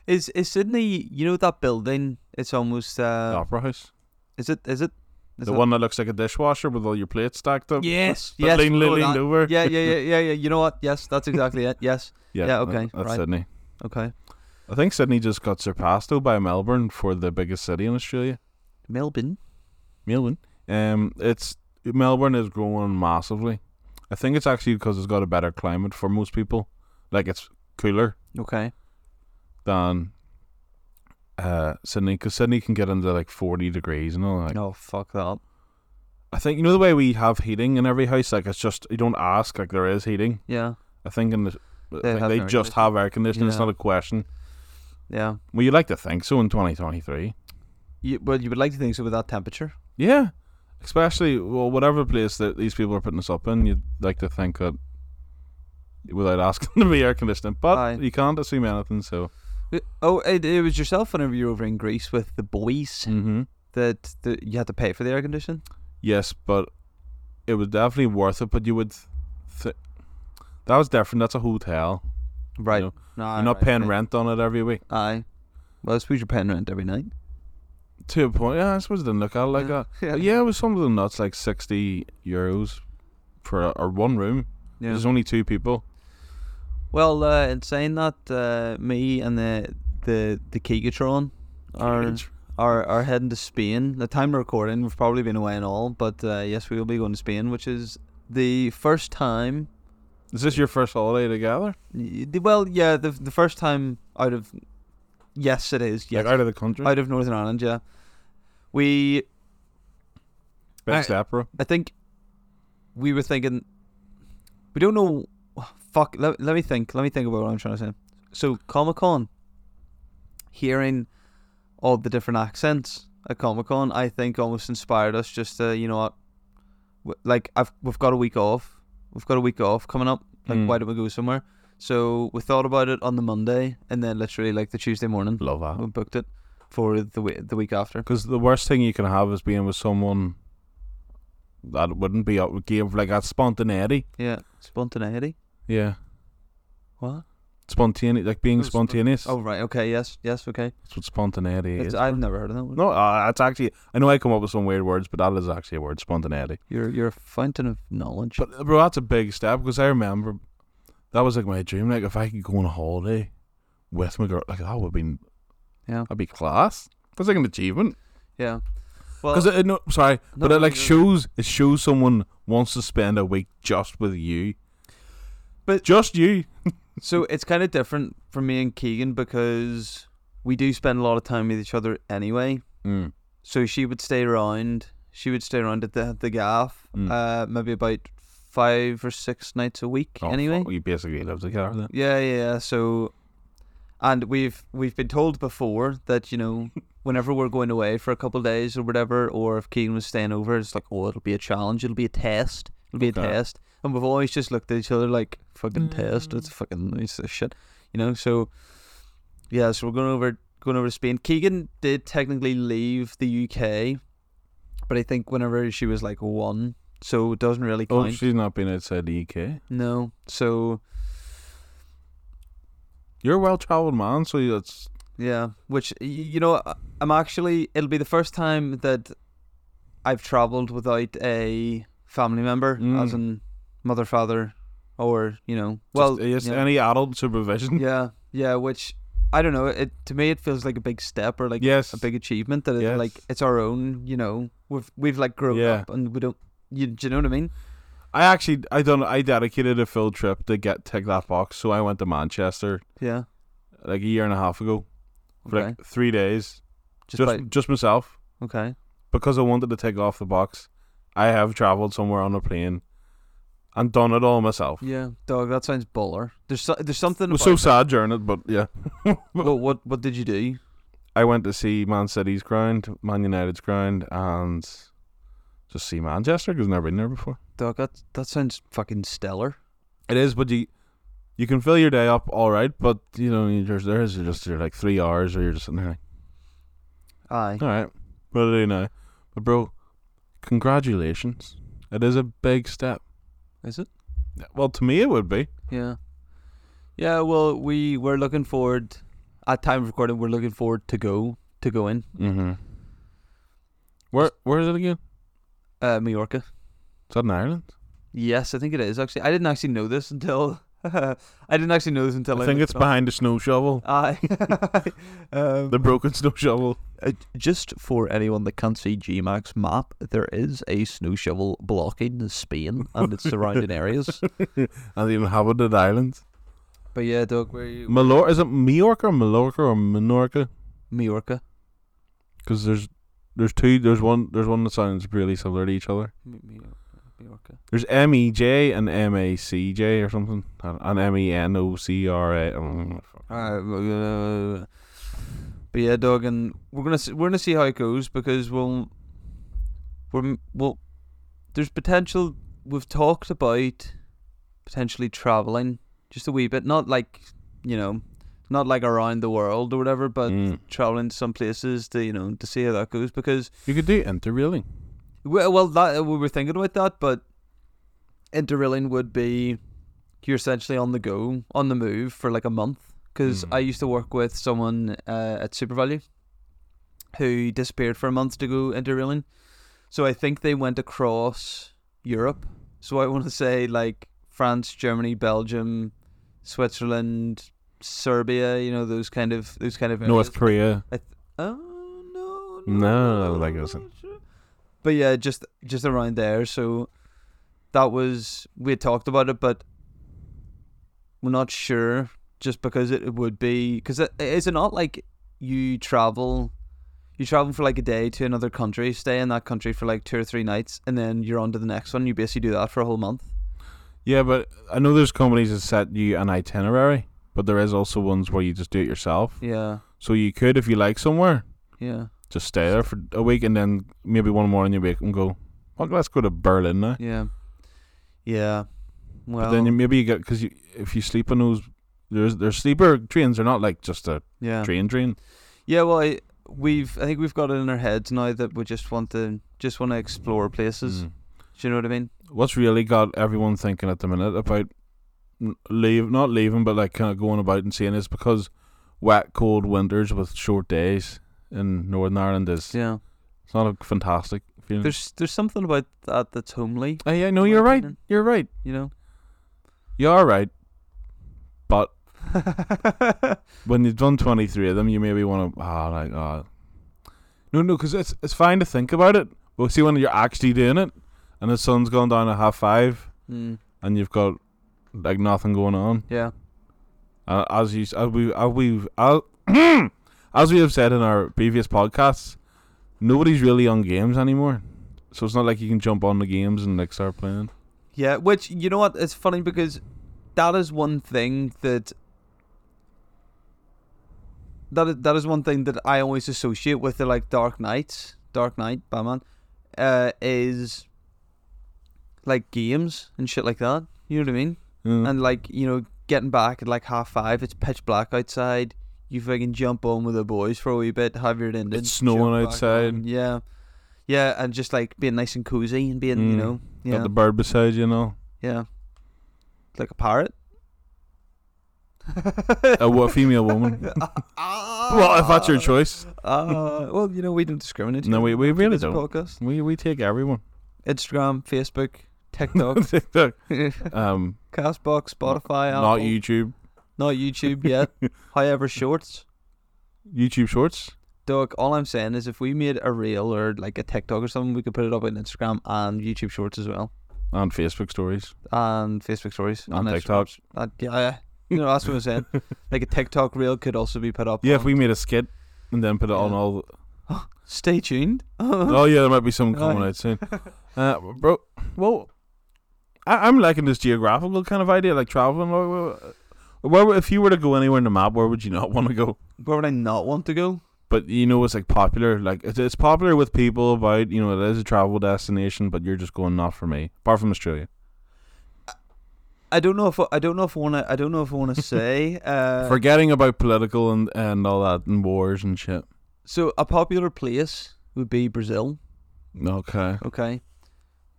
S1: Is is Sydney? You know that building? It's almost.
S2: the
S1: Uh,
S2: Opera House,
S1: Is it? Is it? Is
S2: the
S1: it- (laughs)
S2: one that looks like a dishwasher with all your plates stacked up.
S1: Yes.
S2: but
S1: yes.
S2: lean-
S1: oh,
S2: leaned
S1: that-
S2: over.
S1: Yeah, yeah, yeah, yeah, yeah. You know what? Yes, that's exactly it. Yes. yeah,
S2: that-
S1: okay,
S2: that's
S1: right.
S2: Sydney.
S1: Okay.
S2: I think Sydney just got surpassed though by Melbourne for the biggest city in Australia.
S1: Melbourne.
S2: Melbourne. Um, it's Melbourne is growing massively. I think it's actually because it's got a better climate for most people. Like it's cooler
S1: Okay.
S2: than uh, Sydney because Sydney can get into like forty degrees and all. Like,
S1: Oh fuck that.
S2: I think you know the way we have heating in every house. Like it's just you don't ask. Like there is heating.
S1: Yeah,
S2: I think in the I think
S1: have
S2: they
S1: air
S2: just have air conditioning. It's
S1: Yeah.
S2: not a question.
S1: yeah.
S2: Well, you like to think so in twenty twenty three.
S1: You, well, you would like to think so with that temperature.
S2: Yeah, especially well, whatever place that these people are putting us up in, you'd like to think that without asking (laughs) to be air conditioning, but
S1: Aye.
S2: you can't assume anything. So
S1: Uh, Oh, it, it was yourself whenever you were over in Greece with the boys
S2: mm-hmm.
S1: that, that you had to pay for the air conditioning.
S2: yes, but it was definitely worth it. But you would, th- that was different. That's a hotel.
S1: Right.
S2: No.
S1: No,
S2: You're not
S1: right,
S2: paying
S1: right.
S2: rent on it every week.
S1: Aye. Well, I suppose you're paying rent every
S2: (laughs)
S1: night.
S2: To a point, yeah, I suppose it didn't look at it like that.
S1: Yeah.
S2: But yeah, it was something nuts, like sixty euros for a, or one room.
S1: Yeah.
S2: There's only two people.
S1: Well, uh, in saying that, uh, me and the the the Kegatron are,
S2: Kegatron.
S1: are are heading to Spain. The time of recording, we've probably been away and all, but uh, yes, we will be going to Spain, which is the first time.
S2: Is this your first holiday together?
S1: y- the- Well, yeah, the the first time out of. Yes, it is. Yes,
S2: Like out of the country?
S1: out of Northern Ireland. Yeah, we.
S2: Best opera.
S1: I think we were thinking. We don't know. Fuck. Let, let me think. Let me think about what I'm trying to say. So Comic Con, hearing all the different accents at Comic Con, I think almost inspired us just to you know what, w- like I've we've got a week off. We've got a week off coming up. Like
S2: Mm.
S1: why don't we go somewhere? So we thought about it on the Monday, and then literally like the Tuesday morning,
S2: Love that.
S1: we booked it for the we- the week after.
S2: Because the worst thing you can have is being with someone that wouldn't be up give like that spontaneity.
S1: Yeah, spontaneity.
S2: Yeah,
S1: What?
S2: spontaneity, like being
S1: Oh, spon-
S2: spontaneous.
S1: Oh right, okay, yes, yes, okay.
S2: That's what spontaneity
S1: It's-
S2: is.
S1: I've never heard of that one.
S2: no, uh, that's actually. I know I come up with some weird words, but that is actually a word, spontaneity.
S1: You're you're a fountain of knowledge.
S2: But uh, bro, that's a big step because I remember that was like my dream. Like if I could go on a holiday with my girl, like that would be,
S1: Yeah.
S2: that'd be class. That's like an achievement.
S1: yeah. Well,
S2: Because it, no, sorry,
S1: No,
S2: but it
S1: no,
S2: like
S1: you're-
S2: shows it shows someone wants to spend a week just with you.
S1: But-
S2: just you.
S1: so it's kind of different for me and Keegan because we do spend a lot of time with each other anyway.
S2: Mm.
S1: So she would stay around. She would stay around at the the gaff,
S2: Mm.
S1: uh, maybe about five or six nights a week.
S2: Oh,
S1: anyway,
S2: fuck, you basically live together then.
S1: Yeah, yeah, yeah. So, and we've we've been told before that you
S2: (laughs)
S1: know whenever we're going away for a couple of days or whatever, or if Keegan was staying over, it's like oh it'll be a challenge, it'll be a test, it'll be
S2: Okay.
S1: a test, and we've always just looked at each other like fucking test,
S2: Mm.
S1: it's fucking it's a shit, you know. So, yeah, so we're going over going over to Spain. Keegan did technically leave the UK, but I think whenever she was like one, so it doesn't really
S2: Oh,
S1: count.
S2: she's not been outside the UK.
S1: no, so
S2: You're a well-traveled man, so that's
S1: Yeah, which y- you know, I- I'm actually it'll be the first time that I've traveled without a family member, as
S2: Mm.
S1: in mother, father, or you know, well,
S2: well, just, yes,
S1: yeah,
S2: any (laughs) adult supervision.
S1: yeah, yeah, which I don't know. It to me it feels like a big step or like
S2: Yes,
S1: a big achievement that it,
S2: Yes.
S1: like it's our own. You know, we've we've like grown
S2: Yeah.
S1: up and we don't. You, do you know what I mean?
S2: I actually, I don't, I dedicated a field trip to get tick that box. So I went to Manchester
S1: Yeah.
S2: like a year and a half ago for
S1: Okay.
S2: like three days,
S1: just
S2: just
S1: by-
S2: just myself.
S1: okay.
S2: because I wanted to take off the box, I have traveled somewhere on a plane and done it all myself.
S1: Yeah, dog. That sounds baller. There's so, there's something.
S2: It was
S1: about
S2: so sad during it, but yeah.
S1: Well, what what did you do?
S2: I went to see Man City's ground, Man United's ground, and just see Manchester because I've never been there before.
S1: Dog. That that sounds fucking stellar.
S2: It is, but you you can fill your day up all right, but you know you just there's just you're like three hours, or you're just sitting there like,
S1: Aye.
S2: all right, what do I do now? But bro, congratulations! It is a big step.
S1: Is it?
S2: Well, to me it would be.
S1: Yeah. Yeah, well we we're looking forward at time of recording we're looking forward to go to go in.
S2: Mm-hmm. Where where is it again?
S1: Uh Majorca.
S2: Is that in Ireland?
S1: Yes, I think it is actually. I didn't actually know this until (laughs) I didn't actually know this until I,
S2: I think
S1: looked
S2: it's
S1: it up.
S2: behind the snow shovel, (laughs)
S1: Aye. (laughs) um,
S2: the broken snow shovel.
S1: uh, just for anyone that can't see GMAX map, there is a snow shovel blocking Spain and its
S2: (laughs)
S1: surrounding areas.
S2: And the inhabited island.
S1: But yeah, Doug, where are you?
S2: Mallorca is it Majorca or Mallorca or Minorca?
S1: Majorca.
S2: because there's there's two there's one there's one that sounds really similar to each other.
S1: M- Major- Majorca.
S2: There's M E J and M A C J or something, and- and M E N O C R A. mm, fuck.
S1: Alright, well, uh, but yeah, dog, and we're gonna see, we're gonna see how it goes because we'll we're m- well, there's potential. We've talked about potentially traveling just a wee bit, not like you know, not like around the world or whatever, but
S2: Mm.
S1: traveling to some places to you know to see how that goes because
S2: You could do interrailing.
S1: well, well that uh, we were thinking about that, but interrailing would be you're essentially on the go, on the move for like a month. Because I used to work with someone uh, at Super Value who disappeared for a month to go interrailing. So I think they went across Europe. So I want to say like France, Germany, Belgium, Switzerland, Serbia. You know those kind of those kind of areas.
S2: North Korea.
S1: I th- oh no,
S2: No, like I was saying.
S1: But yeah, just just around there. So that was we had talked about it, but we're not sure just because it, it would be because it, is it not like you travel. You travel for like a day to another country, stay in that country for like two or three nights, and then you're on to the next one. You basically do that for a whole month.
S2: Yeah, but I know there's companies that set you an itinerary, but there is also ones where you just do it yourself.
S1: Yeah,
S2: So you could, if you like somewhere,
S1: yeah,
S2: just stay there for a week and then maybe one morning you wake and go, well, let's go to Berlin now.
S1: yeah, yeah. Well,
S2: but then you, maybe you get, because you, if you sleep on those, there's, there's sleeper trains, they're not like just a
S1: yeah.
S2: train train.
S1: Yeah, well, I, we've I think we've got it in our heads now that we just want to just want to explore places.
S2: Mm.
S1: Do you know what I mean?
S2: What's really got everyone thinking at the minute about n- leave, not leaving, but like kind of going about and seeing is because wet, cold winters with short days in Northern Ireland is
S1: Yeah.
S2: it's not a fantastic feeling.
S1: There's there's something about that that's homely.
S2: Oh yeah, no,
S1: my
S2: you're right.
S1: opinion.
S2: You're right.
S1: You
S2: (laughs)
S1: know.
S2: You are right. But when you've done 23 of them, you maybe want to. Ah, like, ah. No, no, because it's, it's fine to think about it. But see, when you're actually doing it, and the sun's gone down at half five,
S1: mm,
S2: and you've got like nothing going on.
S1: yeah.
S2: Uh, as you, s- as we, as we, as, (coughs) as we have said in our previous podcasts, nobody's really on games anymore. So it's not like you can jump on the games and like start playing.
S1: Yeah, which you know what? It's funny because that is one thing that that is, that is one thing that I always associate with the like Dark Knights, Dark Knight, Batman, uh, is like games and shit like that. You know what I mean?
S2: Mm.
S1: and like you know getting back at like half five it's pitch black outside you fucking jump on with the boys for a wee bit have your ended
S2: It's snowing
S1: jump back
S2: outside.
S1: on, yeah yeah and just like being nice and cozy and being you
S2: Mm,
S1: know yeah
S2: Got the bird beside you, and all.
S1: yeah like a
S2: (laughs)
S1: parrot
S2: A wo-
S1: (laughs)
S2: female woman.
S1: Ah,
S2: well, if that's
S1: (laughs)
S2: your choice,
S1: ah, well you know we don't discriminate
S2: No, we- we
S1: That's what
S2: really
S1: this
S2: don't.
S1: podcast
S2: we we take everyone.
S1: Instagram Facebook
S2: (laughs)
S1: TikTok
S2: TikTok. Um,
S1: Castbox Spotify
S2: not
S1: Apple,
S2: YouTube.
S1: not YouTube
S2: (laughs)
S1: yet however shorts
S2: YouTube Shorts.
S1: Doug, all I'm saying is if we made a reel or like a TikTok or something, we could put it up on Instagram and YouTube Shorts as well,
S2: And Facebook stories
S1: and Facebook Stories
S2: on
S1: and Instagram.
S2: TikTok.
S1: Uh, yeah, yeah. you know
S2: (laughs)
S1: that's what I'm saying. like a TikTok reel could also be put up.
S2: Yeah, if
S1: on-
S2: we made a skit and then put it on
S1: Yeah. (laughs)
S2: all. the-
S1: stay tuned.
S2: oh yeah, there might be some coming
S1: Right.
S2: out soon. Uh, bro, well, I, I'm liking this geographical kind of idea, like traveling. Where- Where, where, would- if you were to go anywhere in the map, where would you not (laughs) want to go?
S1: (laughs) Where would I not want to go?
S2: But you know, it's like popular. Like it's, it's popular with people about you know it is a travel destination, but you're just going not for me. Apart from Australia,
S1: I don't know if I don't know if I want to. I don't know if I
S2: (laughs)
S1: want to say. Uh,
S2: forgetting about political and and all that and wars and shit.
S1: so a popular place would be Brazil.
S2: Okay.
S1: Okay.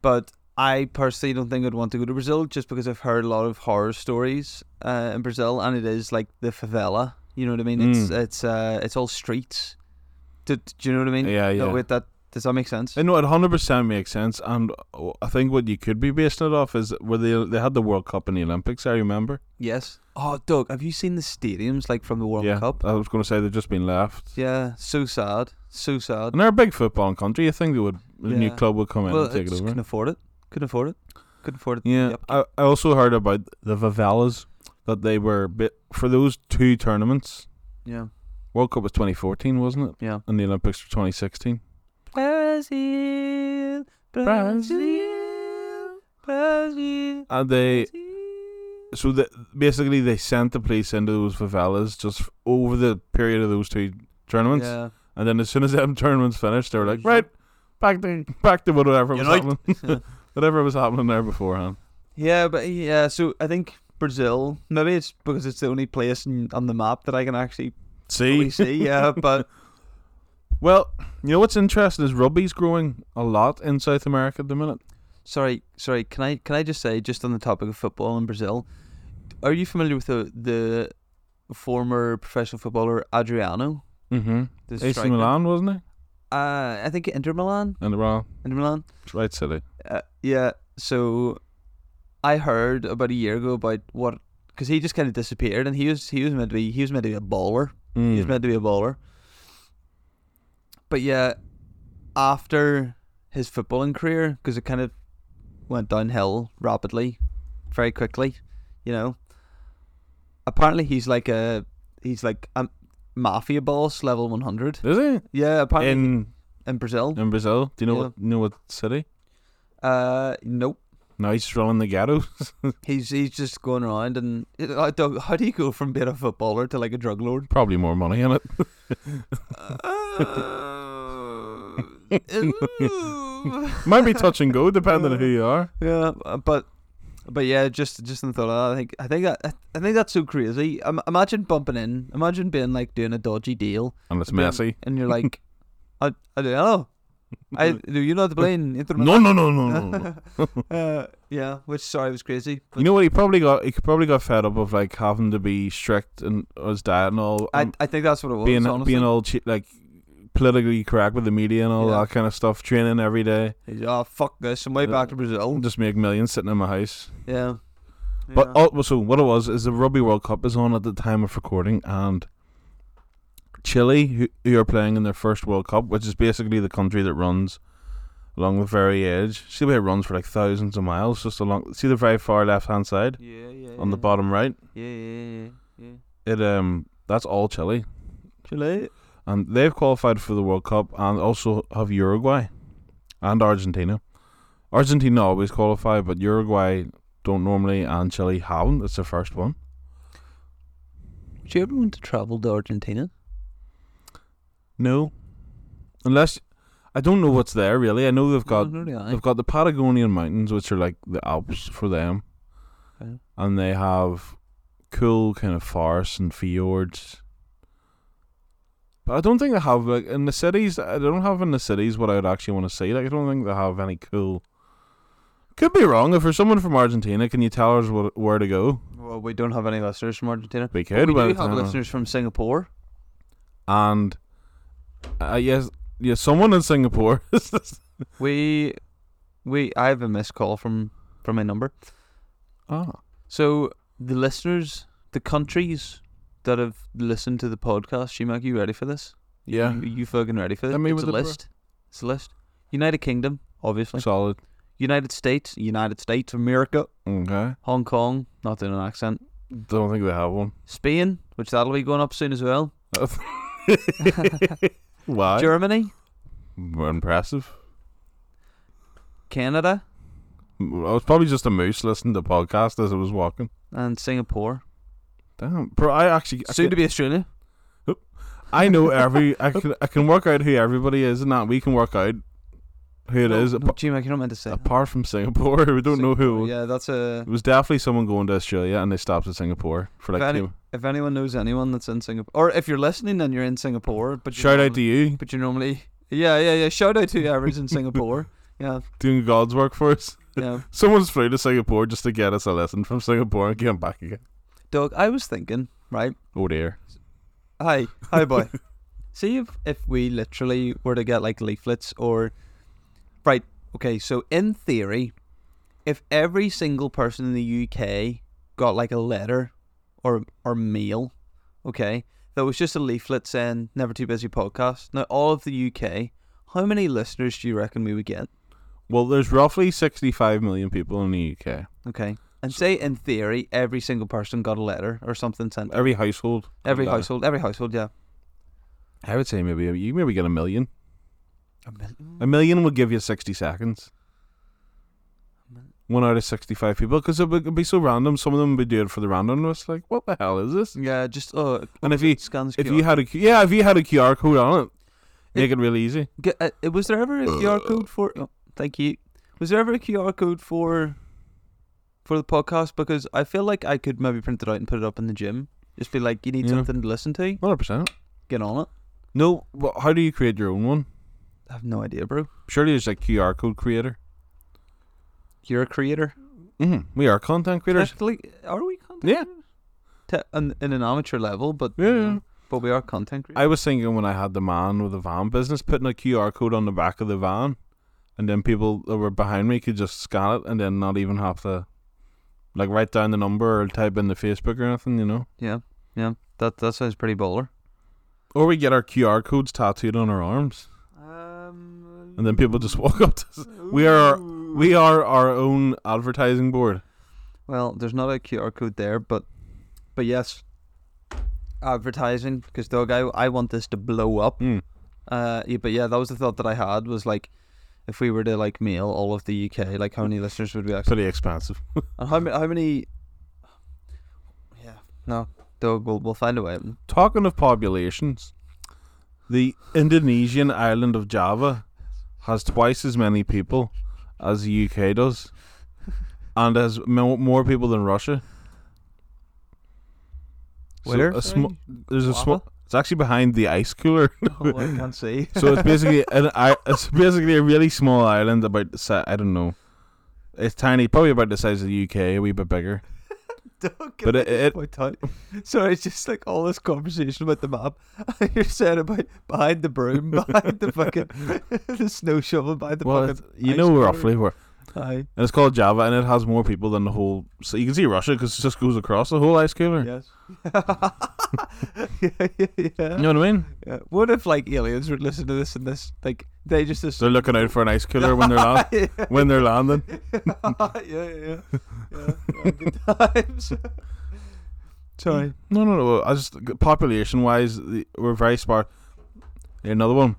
S1: But I personally don't think I'd want to go to Brazil just because I've heard a lot of horror stories uh, in Brazil, and it is like the favela. You know what I mean? It's
S2: Mm.
S1: it's uh it's all streets. Do, do you know what I mean?
S2: Yeah, yeah.
S1: No, wait, that does that make sense?
S2: I know it hundred percent makes sense, and I think what you could be basing it off is where they they had the World Cup and the Olympics. I remember.
S1: yes. Oh, Doug, have you seen the stadiums like from the World
S2: yeah,
S1: Cup?
S2: I was going to say they've just been left.
S1: Yeah, so sad, so sad.
S2: And they're a big football country. You think they would a new
S1: Yeah.
S2: club would come in
S1: well,
S2: and
S1: I
S2: take it
S1: just
S2: over? Mm.
S1: couldn't afford it. Couldn't afford it. Couldn't afford it.
S2: Yeah,
S1: Yep.
S2: I, I also heard about the favelas that they were bit for those two tournaments.
S1: Yeah.
S2: World Cup was 2014, wasn't it?
S1: Yeah.
S2: And the Olympics were 2016.
S1: Brazil, Brazil, Brazil.
S2: And they so the, basically they sent the police into those favelas just f- over the period of those two tournaments,
S1: Yeah.
S2: and then as soon as them (laughs) tournaments finished, they were like, right, back to back to whatever was
S1: Unite.
S2: happening, whatever was happening there beforehand.
S1: (laughs) Yeah, but yeah, so I think Brazil, maybe it's because it's the only place in, on the map that I can actually
S2: See,
S1: really
S2: (laughs)
S1: see, yeah, but
S2: well, you know what's interesting is rugby's growing a lot in South America at the minute.
S1: sorry, sorry, can I can I just say just on the topic of football in Brazil, are you familiar with the the former professional footballer Adriano?
S2: Mm-hmm.
S1: The
S2: AC
S1: striker?
S2: Milan wasn't it?
S1: Uh, I think Inter Milan,
S2: And well,
S1: Inter Milan.
S2: it's right city.
S1: Uh, yeah. So I heard about a year ago about what because he just kind of disappeared, and he was he was meant to be he was meant to be a baller. He was
S2: Mm.
S1: meant to be a baller. But yeah, after his footballing career, because it kind of went downhill rapidly, very quickly, you know. Apparently, he's like a he's like a mafia boss level one hundred.
S2: Is
S1: Yeah,
S2: he
S1: apparently in,
S2: in
S1: Brazil.
S2: in Brazil? Do you know
S1: Yeah.
S2: what you know what city?
S1: Uh, nope.
S2: No, he's just running the ghettos.
S1: He's he's just going around and I don't- how do you go from being a footballer to like a drug lord? Uh,
S2: (laughs) Probably more money in it.
S1: (laughs)
S2: Might be touch and go depending on who you are.
S1: yeah, uh, but but yeah, just just in the thought of that, I think I think that I think that's so crazy. Um, imagine bumping in, imagine being like doing a dodgy deal,
S2: And it's
S1: being-
S2: messy.
S1: and you're
S2: (laughs)
S1: like, I I don't know, I do you not playing Inter
S2: No, no, no,
S1: (laughs)
S2: no, no. no.
S1: uh, yeah, which sorry was crazy. but
S2: You know what? He probably got. He probably got fed up of like having to be strict and his diet and all.
S1: I
S2: and
S1: I think that's what it was.
S2: Um, being
S1: honestly.
S2: being all che- like politically correct with the media and all
S1: Yeah.
S2: that kind of stuff. Training every day.
S1: He's, oh fuck this! I'm way back to Brazil.
S2: Just make millions sitting in my house.
S1: Yeah.
S2: But
S1: Oh. Yeah.
S2: oh, so what it was is the Rugby World Cup is on at the time of recording, and Chile, who, who are playing in their first World Cup, which is basically the country that runs along the very edge. See where it runs for like thousands of miles, just along. See the very far left hand side
S1: yeah, yeah,
S2: on the
S1: yeah.
S2: bottom right.
S1: Yeah, yeah, yeah, yeah.
S2: It um, that's all Chile,
S1: Chile.
S2: and they've qualified for the World Cup, and also have Uruguay and Argentina. Argentina always qualify, but Uruguay don't normally, and Chile haven't. It's their first one.
S1: Would you ever want to travel to Argentina?
S2: No, unless I don't know what's there really. I know they've
S1: Mm-hmm.
S2: got they've got the Patagonian mountains, which are like the Alps for them,
S1: Okay.
S2: and they have cool kind of forests and fjords. But I don't think they have like in the cities. I don't have in the cities what I would actually want to see. Like I don't think they have any cool. Could be wrong. If there's someone from Argentina, can you tell us what, where to go?
S1: Well, we don't have any listeners from Argentina.
S2: We
S1: But
S2: could. by
S1: we
S2: the
S1: do have
S2: time-
S1: listeners from Singapore.
S2: uh, And uh, yes, yes, someone in Singapore. (laughs)
S1: We, we, I have a missed call from from my number. Oh.
S2: ah.
S1: So the listeners, the countries that have listened to the podcast, Shemak, you ready for this?
S2: Yeah.
S1: You, you fucking ready for this?
S2: Hit me
S1: it's
S2: with
S1: a
S2: it, bro.
S1: list. It's a list. United Kingdom, obviously.
S2: Solid.
S1: United States, United States of America,
S2: Okay.
S1: Hong Kong, not doing an accent.
S2: Don't think they have one.
S1: Spain, which that'll be going up soon as well.
S2: (laughs) Why?
S1: Germany,
S2: Impressive.
S1: Canada,
S2: I was probably just a moose listening to the podcast as I was walking.
S1: and Singapore.
S2: Damn, bro! I actually I,
S1: Soon to
S2: can-
S1: be Australia.
S2: I know every
S1: (laughs)
S2: I can I can work out who everybody is and that we can work out who it
S1: no,
S2: is.
S1: No,
S2: apa-
S1: G-Mac, you're not meant to say. that.
S2: apart from Singapore, (laughs) we don't know who. it was.
S1: Yeah, that's a.
S2: It was definitely someone going to Australia and they stopped at Singapore for like
S1: Very-
S2: two.
S1: If anyone knows anyone that's in Singapore, or if you're listening and you're in Singapore, but you
S2: Shout out to
S1: normally-
S2: you
S1: But you normally, yeah, yeah, yeah. Shout out to everyone's in Singapore. (laughs) Yeah,
S2: doing God's work for us. (laughs)
S1: yeah.
S2: Someone's flew to Singapore just to get us a lesson from Singapore and came back again.
S1: Doug, I was thinking, right?
S2: Oh dear.
S1: Hi, hi, boy. (laughs) See if if we literally were to get like leaflets or, right? Okay, so in theory, if every single person in the UK got like a letter or or mail, okay, that was just a leaflet saying "Never Too Busy" podcast. Now, all of the UK, how many listeners do you reckon we would get?
S2: Well, there's roughly 65 million people in the UK.
S1: Okay, and say in theory, every single person got a letter or something sent.
S2: Every household.
S1: Every
S2: Uh,
S1: household, every household, yeah.
S2: I would say maybe you maybe get a million.
S1: A million?
S2: A million will give you sixty seconds. One out of sixty-five people, because it would it'd be so random. Some of them would do it for the randomness. Like, what the hell is this?
S1: Yeah, just uh,
S2: And if you
S1: scan this
S2: if
S1: QR
S2: you had a Q- yeah, if you had a QR code on it, make it, really easy.
S1: G- uh, uh, was there ever a QR code for? Oh, thank you. Was there ever a QR code for for the podcast? Because I feel like I could maybe print it out and put it up in the gym. Just be like, you need
S2: Yeah.
S1: something to listen to.
S2: Hundred percent.
S1: Get on it.
S2: No, wha- how do you create your own one?
S1: I have no idea, bro.
S2: Surely there's a QR code creator.
S1: You're a creator.
S2: hmm We are content creators.
S1: Technically, are we content?
S2: Yeah.
S1: creators? Te- in, in an amateur level, but
S2: Yeah, yeah.
S1: but we are content creators.
S2: I was thinking when I had the man with the van business, putting a QR code on the back of the van, and then people that were behind me could just scan it and then not even have to, like, write down the number or type in the Facebook or anything, you know.
S1: yeah, yeah. That that sounds pretty baller.
S2: Or we get our QR codes tattooed on our arms,
S1: Um,
S2: and then people just (laughs) walk up to us. We are we are our own advertising board.
S1: Well, there's not a QR code there, but but yes, advertising because dog, I I want this to blow up.
S2: Mm.
S1: Uh, yeah, but yeah, that was the thought that I had was like, if we were to like mail all of the UK, like how many listeners would we actually?
S2: Pretty expensive.
S1: And how many? How many? Yeah, no, dog, we'll we'll find a way.
S2: Talking of populations, the Indonesian island of Java has twice as many people as the UK does, and has mo- more people than Russia.
S1: Where,
S2: a
S1: sorry?
S2: sm- there's a
S1: Java?
S2: small. It's actually behind the ice cooler, (laughs)
S1: Oh, I can't see.
S2: so it's basically an I- it's basically a really small island about the si- I don't know. It's tiny, probably about the size of the UK, a wee bit bigger.
S1: Dog,
S2: But it,
S1: (laughs)
S2: it
S1: point out. Sorry, it's just like all this conversation about the map. (laughs) You're saying about behind the broom, (laughs) behind the fucking the snow shovel, behind the
S2: well,
S1: fucking.
S2: it's- you
S1: ice
S2: know
S1: cooler.
S2: roughly where
S1: (laughs) Aye.
S2: and it's called Java, and it has more people than the whole. So you can see Russia because it just goes across the whole ice cooler.
S1: Yes. (laughs) yeah, yeah, yeah.
S2: You know what I mean?
S1: (laughs) yeah. What if like aliens would listen to this and this like they just (laughs)
S2: They're
S1: assume
S2: looking out for an ice cooler when
S1: (laughs)
S2: they're la-
S1: yeah,
S2: when they're landing.
S1: yeah, yeah, yeah, yeah, good times. (laughs) Sorry.
S2: No, no, no. I just population wise, we're very sparse. Another one.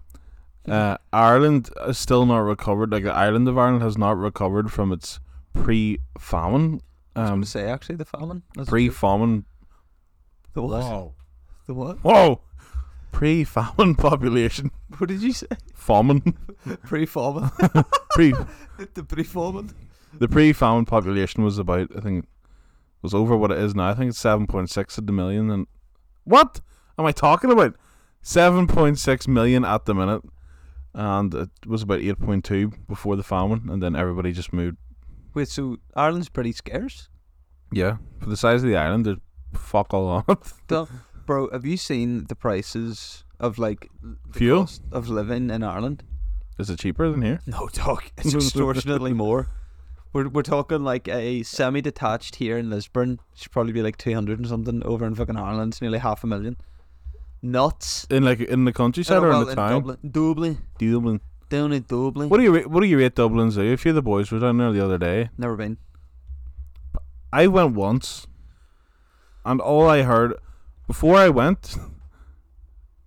S1: Mm-hmm.
S2: Uh, Ireland is still not recovered. Like the island of Ireland has not recovered from its pre-famine.
S1: I'm
S2: Um,
S1: gonna say actually the famine. That's
S2: pre-famine.
S1: the what? The what?
S2: Whoa. (laughs) Pre-famine population.
S1: What did you say? (laughs)
S2: Famine. (laughs)
S1: Pre-famine. (laughs)
S2: Pre.
S1: the pre-famine.
S2: The pre-famine population was about, I think, was over what it is now. I think it's seven point six at the million. And what am I talking about? Seven point six million at the minute, and it was about eight point two before the famine, and then everybody just moved.
S1: Wait, so Ireland's pretty scarce?
S2: Yeah, for the size of the island, there's fuck all on it.
S1: Duh. Bro, have you seen the prices of like the
S2: (laughs) Fuel?
S1: cost of living in Ireland?
S2: Is it cheaper than here?
S1: No, (laughs) dog. It's extortionately more. We're, we're talking like a semi detached here in Lisburn should probably be like 200 and something. Over in fucking Ireland, it's nearly half a million. Nuts.
S2: In like in the countryside
S1: Oh,
S2: or
S1: well,
S2: in the town?
S1: Dublin. Dublin.
S2: Dublin.
S1: Down in Dublin.
S2: What do you rate, what do you rate Dublin Zoo? A few of the boys were down there the other day.
S1: Never been.
S2: I went once, and all I heard before I went,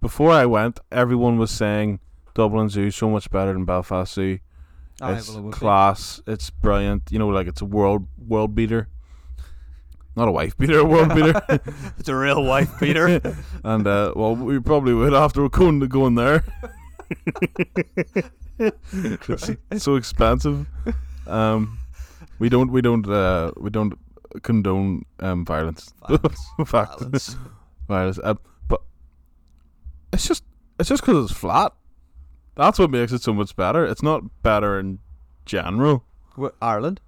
S2: before I went, everyone was saying Dublin Zoo is so much better than Belfast Zoo.
S1: Aye,
S2: it's
S1: Ah, well, it would be.
S2: class. It's brilliant. You know, like it's a world world beater, not a wife beater, a world
S1: (laughs)
S2: beater.
S1: It's a real wife, (laughs) Peter.
S2: and uh, well, we probably would after going to
S1: (laughs)
S2: going there. it's so expensive. Um, we don't. We don't. Uh, we don't condone um, violence.
S1: Violence.
S2: (laughs) Fact.
S1: Balance.
S2: Violence. Uh, but it's just. It's just because it's flat. That's what makes it so much better. It's not better in general.
S1: What, Ireland?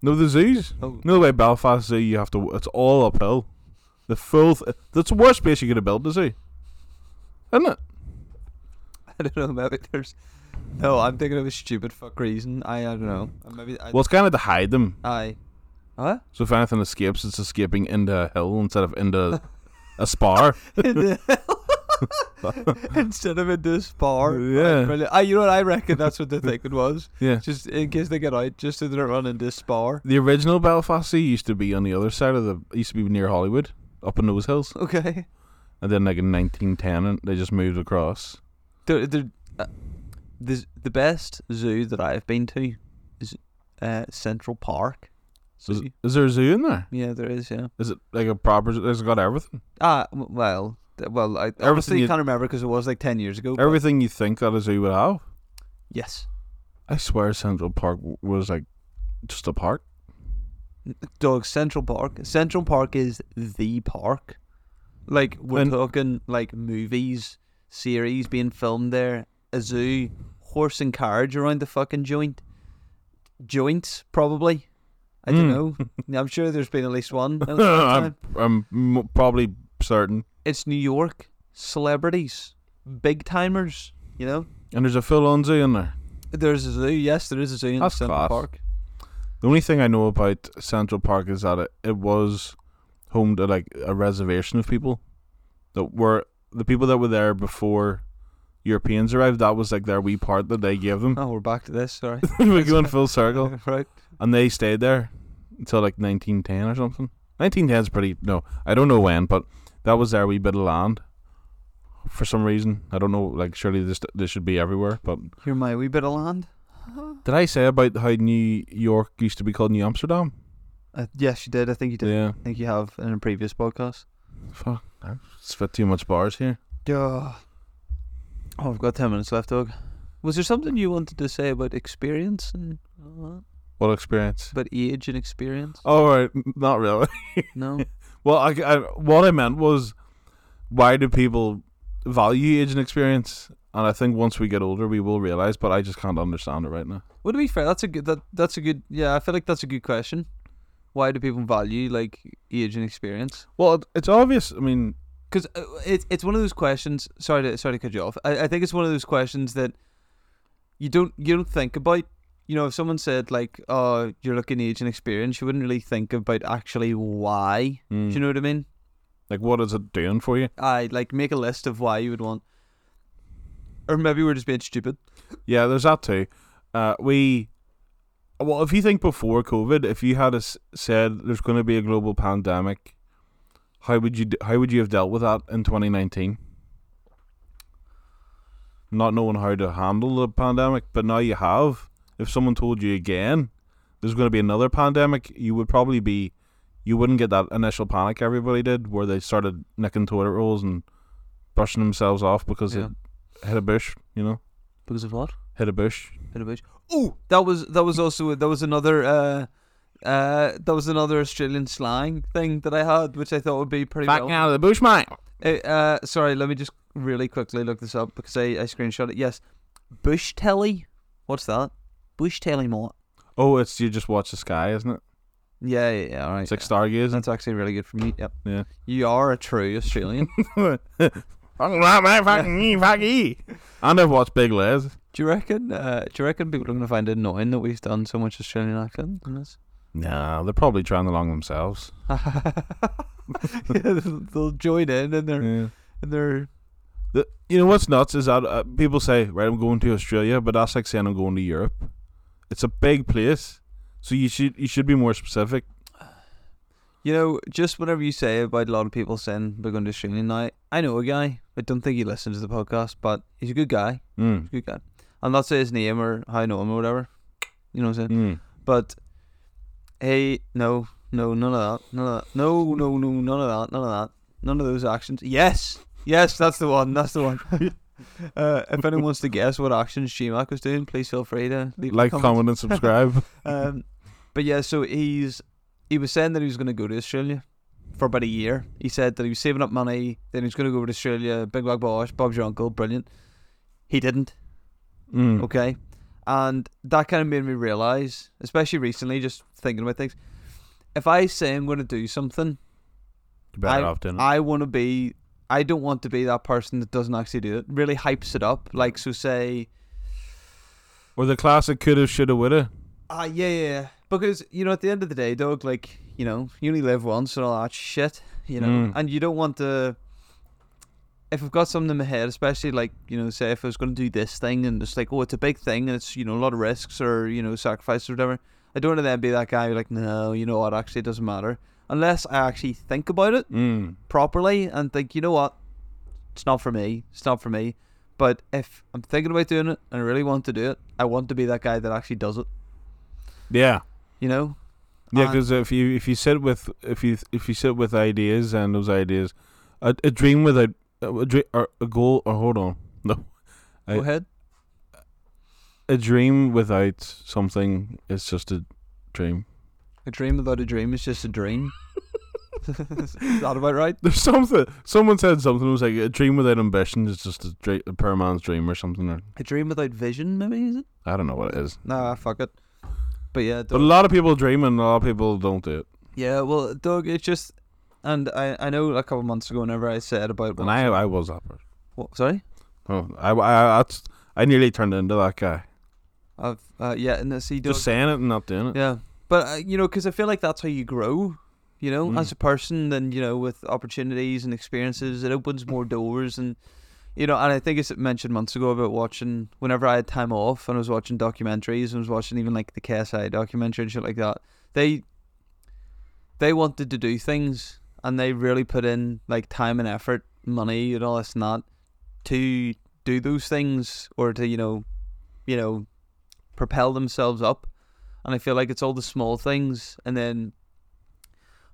S2: No, the zoos.
S1: Oh.
S2: No way, Belfast Zoo. You have to. It's all uphill. The full. Th- that's the worst place you could have built the zoo, isn't it?
S1: (laughs) I don't know. Maybe there's. No, I'm thinking of a stupid fuck reason. I, I don't know. Uh, Maybe I.
S2: Well, it's kind of to hide them.
S1: I. (laughs) Huh?
S2: So if anything escapes, it's escaping into a hill instead of into a spar.
S1: (laughs) Instead of in this bar.
S2: Yeah.
S1: Brilliant. I, you know what? I reckon that's (laughs) what the thinking was.
S2: yeah.
S1: Just in case they get out, just so they don't run into this bar. (laughs)
S2: The original Belfast Zoo used to be on the other side of the. Used to be near Hollywood, up in those hills,
S1: Okay.
S2: and then like in 1910 and they just moved across.
S1: The the uh, the the best zoo that I've been to is uh, Central Park.
S2: Is,
S1: Zoo.
S2: is there a zoo in there?
S1: Yeah, there is. Yeah.
S2: Is it like a proper? zoo? It's got everything.
S1: Ah, w- well, th- well, I
S2: Everything
S1: obviously
S2: you-
S1: can't remember because it was like ten years ago. but
S2: Everything you think that a zoo would have.
S1: Yes.
S2: I swear Central Park w- was like just a park.
S1: Dog Central Park. Central Park is the park. Like we're
S2: And-
S1: talking like movies, series being filmed there, a zoo, horse and carriage around the fucking joint. Joints, probably. I
S2: (laughs)
S1: don't know. I'm sure there's been at least one. at that time.
S2: Hmm. I'm, I'm m- probably certain.
S1: It's New York. Celebrities. Big timers. You know?
S2: And there's a full on zoo in there.
S1: There's a zoo, yes, there is a zoo in
S2: That's
S1: Central
S2: class.
S1: Park.
S2: The only thing I know about Central Park is that it, it was home to like a reservation of people that were the people that were there before Europeans arrived. That was like their wee part that they gave them. (laughs)
S1: Oh, we're back to this, sorry.
S2: We're going full circle.
S1: right.
S2: and they stayed there until like 1910 or something. 1910 is pretty. No, I don't know when, but that was their wee bit of land. For some reason, I don't know. Like, surely this this should be everywhere. But
S1: Here my wee bit of land.
S2: did I say about how New York used to be called New Amsterdam?
S1: Uh, yes, you did. I think you did.
S2: Yeah.
S1: I think you have in a previous podcast.
S2: Fuck. It's fit too much bars here.
S1: Duh. Oh, I've got 10 minutes left, Doug. Was there something you wanted to say about experience and all that?
S2: What experience?
S1: About age and experience?
S2: Oh, right. Not really. (laughs)
S1: No.
S2: Well, I, I, what I meant was, why do people value age and experience? And I think once we get older, we will realize. But I just can't understand it right now.
S1: Well, to be fair, that's a good. That that's a good. Yeah, I feel like that's a good question. Why do people value like age and experience?
S2: Well, it- it's obvious. I mean,
S1: Because it's it's one of those questions. Sorry to sorry to cut you off. I, I think it's one of those questions that you don't you don't think about. You know, if someone said like, "Oh, you're looking age and experience," you wouldn't really think about actually why. Do you know what I mean?
S2: Like, what is it doing for you?
S1: I like make a list of why you would want. Or maybe we're just being stupid.
S2: Yeah, there's that too. Uh, we, well, if you think before COVID, if you had us said there's going to be a global pandemic, how would you d- how would you have dealt with that in 2019? Not knowing how to handle the pandemic, but now you have. If someone told you again there's going to be another pandemic, you would probably be, you wouldn't get that initial panic everybody did, where they started nicking toilet rolls and brushing themselves off because
S1: Yeah.
S2: they hit a bush, you know.
S1: Because of what?
S2: hit a bush.
S1: Bit of Oh, that was that was also that was another uh, uh, that was another Australian slang thing that I had, which I thought would be pretty.
S2: Back
S1: well.
S2: out of the bush, mate.
S1: Uh, uh, sorry, let me just really quickly look this up because I, I screenshot it. Yes, bush telly. What's that? Bush telly, mate.
S2: Oh, it's you just watch the sky, isn't it?
S1: Yeah, yeah, yeah. All right.
S2: It's like
S1: That's actually really good for me. Yep.
S2: Yeah.
S1: You are a true Australian.
S2: stargazing. Fucking right, mate. Fucking ye, fuck ye. And I've watched Big Les.
S1: do you reckon? Uh, do you reckon people are going to find it annoying that we've done so much Australian accent in this? (laughs)
S2: Nah, they're probably trying along themselves.
S1: they'll, they'll join in and they're
S2: Yeah.
S1: and they're
S2: The, you know what's nuts is that uh, people say, right, I'm going to Australia, but that's like saying I'm going to Europe. It's a big place, so you should you should be more specific.
S1: You know, just whatever you say about a lot of people saying they're going to Australian now, I know a guy. I don't think he listens to the podcast, but he's a good guy.
S2: Mm.
S1: Good guy. I'll not say his name or how I know him or whatever. You know what I'm saying?
S2: Mm.
S1: But hey, no, no, none of that. None of that. No, no, no, none of that. None of that. None of those actions. Yes. Yes, that's the one. That's the one. (laughs) uh, if anyone wants to guess what actions GMAC was doing, please feel free to leave a
S2: Like,
S1: comment.
S2: comment, and (laughs) subscribe.
S1: Um, but yeah, so he's he was saying that he was going to go to Australia for about a year. He said that he was saving up money, then he was going to go to Australia. Big Bag Bosh, Bob's your uncle, brilliant. He didn't.
S2: Mm.
S1: (laughs) Okay, and that kind of made me realize, especially recently, just thinking about things. If I say I'm going to do something,
S2: Better
S1: I-
S2: off doing it.
S1: I want to be. I don't want to be that person that doesn't actually do it. Really hypes it up. Like so, say
S2: Or the classic coulda, shoulda, woulda.
S1: Ah, yeah, yeah, yeah. Because you know, at the end of the day, dog, like you know, you only live once and all that shit, you know,
S2: Mm.
S1: and you don't want to. If I've got something in my head, especially like you know, say if I was going to do this thing and it's like, oh, it's a big thing and it's you know a lot of risks or you know sacrifices or whatever, I don't want to then be that guy who like, no, you know what, actually it doesn't matter unless I actually think about it
S2: Mm.
S1: properly and think, you know what, It's not for me. It's not for me. But if I'm thinking about doing it and I really want to do it, I want to be that guy that actually does it.
S2: Yeah.
S1: You know?
S2: Yeah,
S1: Uh,
S2: because if you if you sit with if you if you sit with ideas and those ideas, a, a dream without a, dream or a goal or hold on, (laughs) no, I-
S1: Go ahead.
S2: a dream without something is just a dream. (laughs)
S1: A dream without a dream is just a dream. is that about right?
S2: There's something someone said something it was like a dream without ambition is just a, dra- a poor man's dream or something. Or,
S1: A dream without vision, maybe is it?
S2: I don't know what it is.
S1: Nah, fuck it. But yeah,
S2: But a
S1: dog,
S2: lot of people dream and a lot of people don't do it.
S1: yeah. Well, Doug, it's just, and I, I know a couple months ago, whenever I said about,
S2: And I I was that person.
S1: what, sorry,
S2: Oh, I I that's, I nearly turned into that guy.
S1: I've, uh, yeah, and uh, see, Doug,
S2: Just saying it and not doing it.
S1: Yeah, but uh, you know, because I feel like that's how you grow. You know,
S2: Mm.
S1: as a person, then you know, with opportunities and experiences, it opens more doors, and you know, and I think it's mentioned months ago about watching. Whenever I had time off, and I was watching documentaries, and I was watching even like the KSI documentary and shit like that. They they wanted to do things, and they really put in like time and effort, money, and all this and that to do those things or to you know, you know, propel themselves up and I feel like it's all the small things. And then,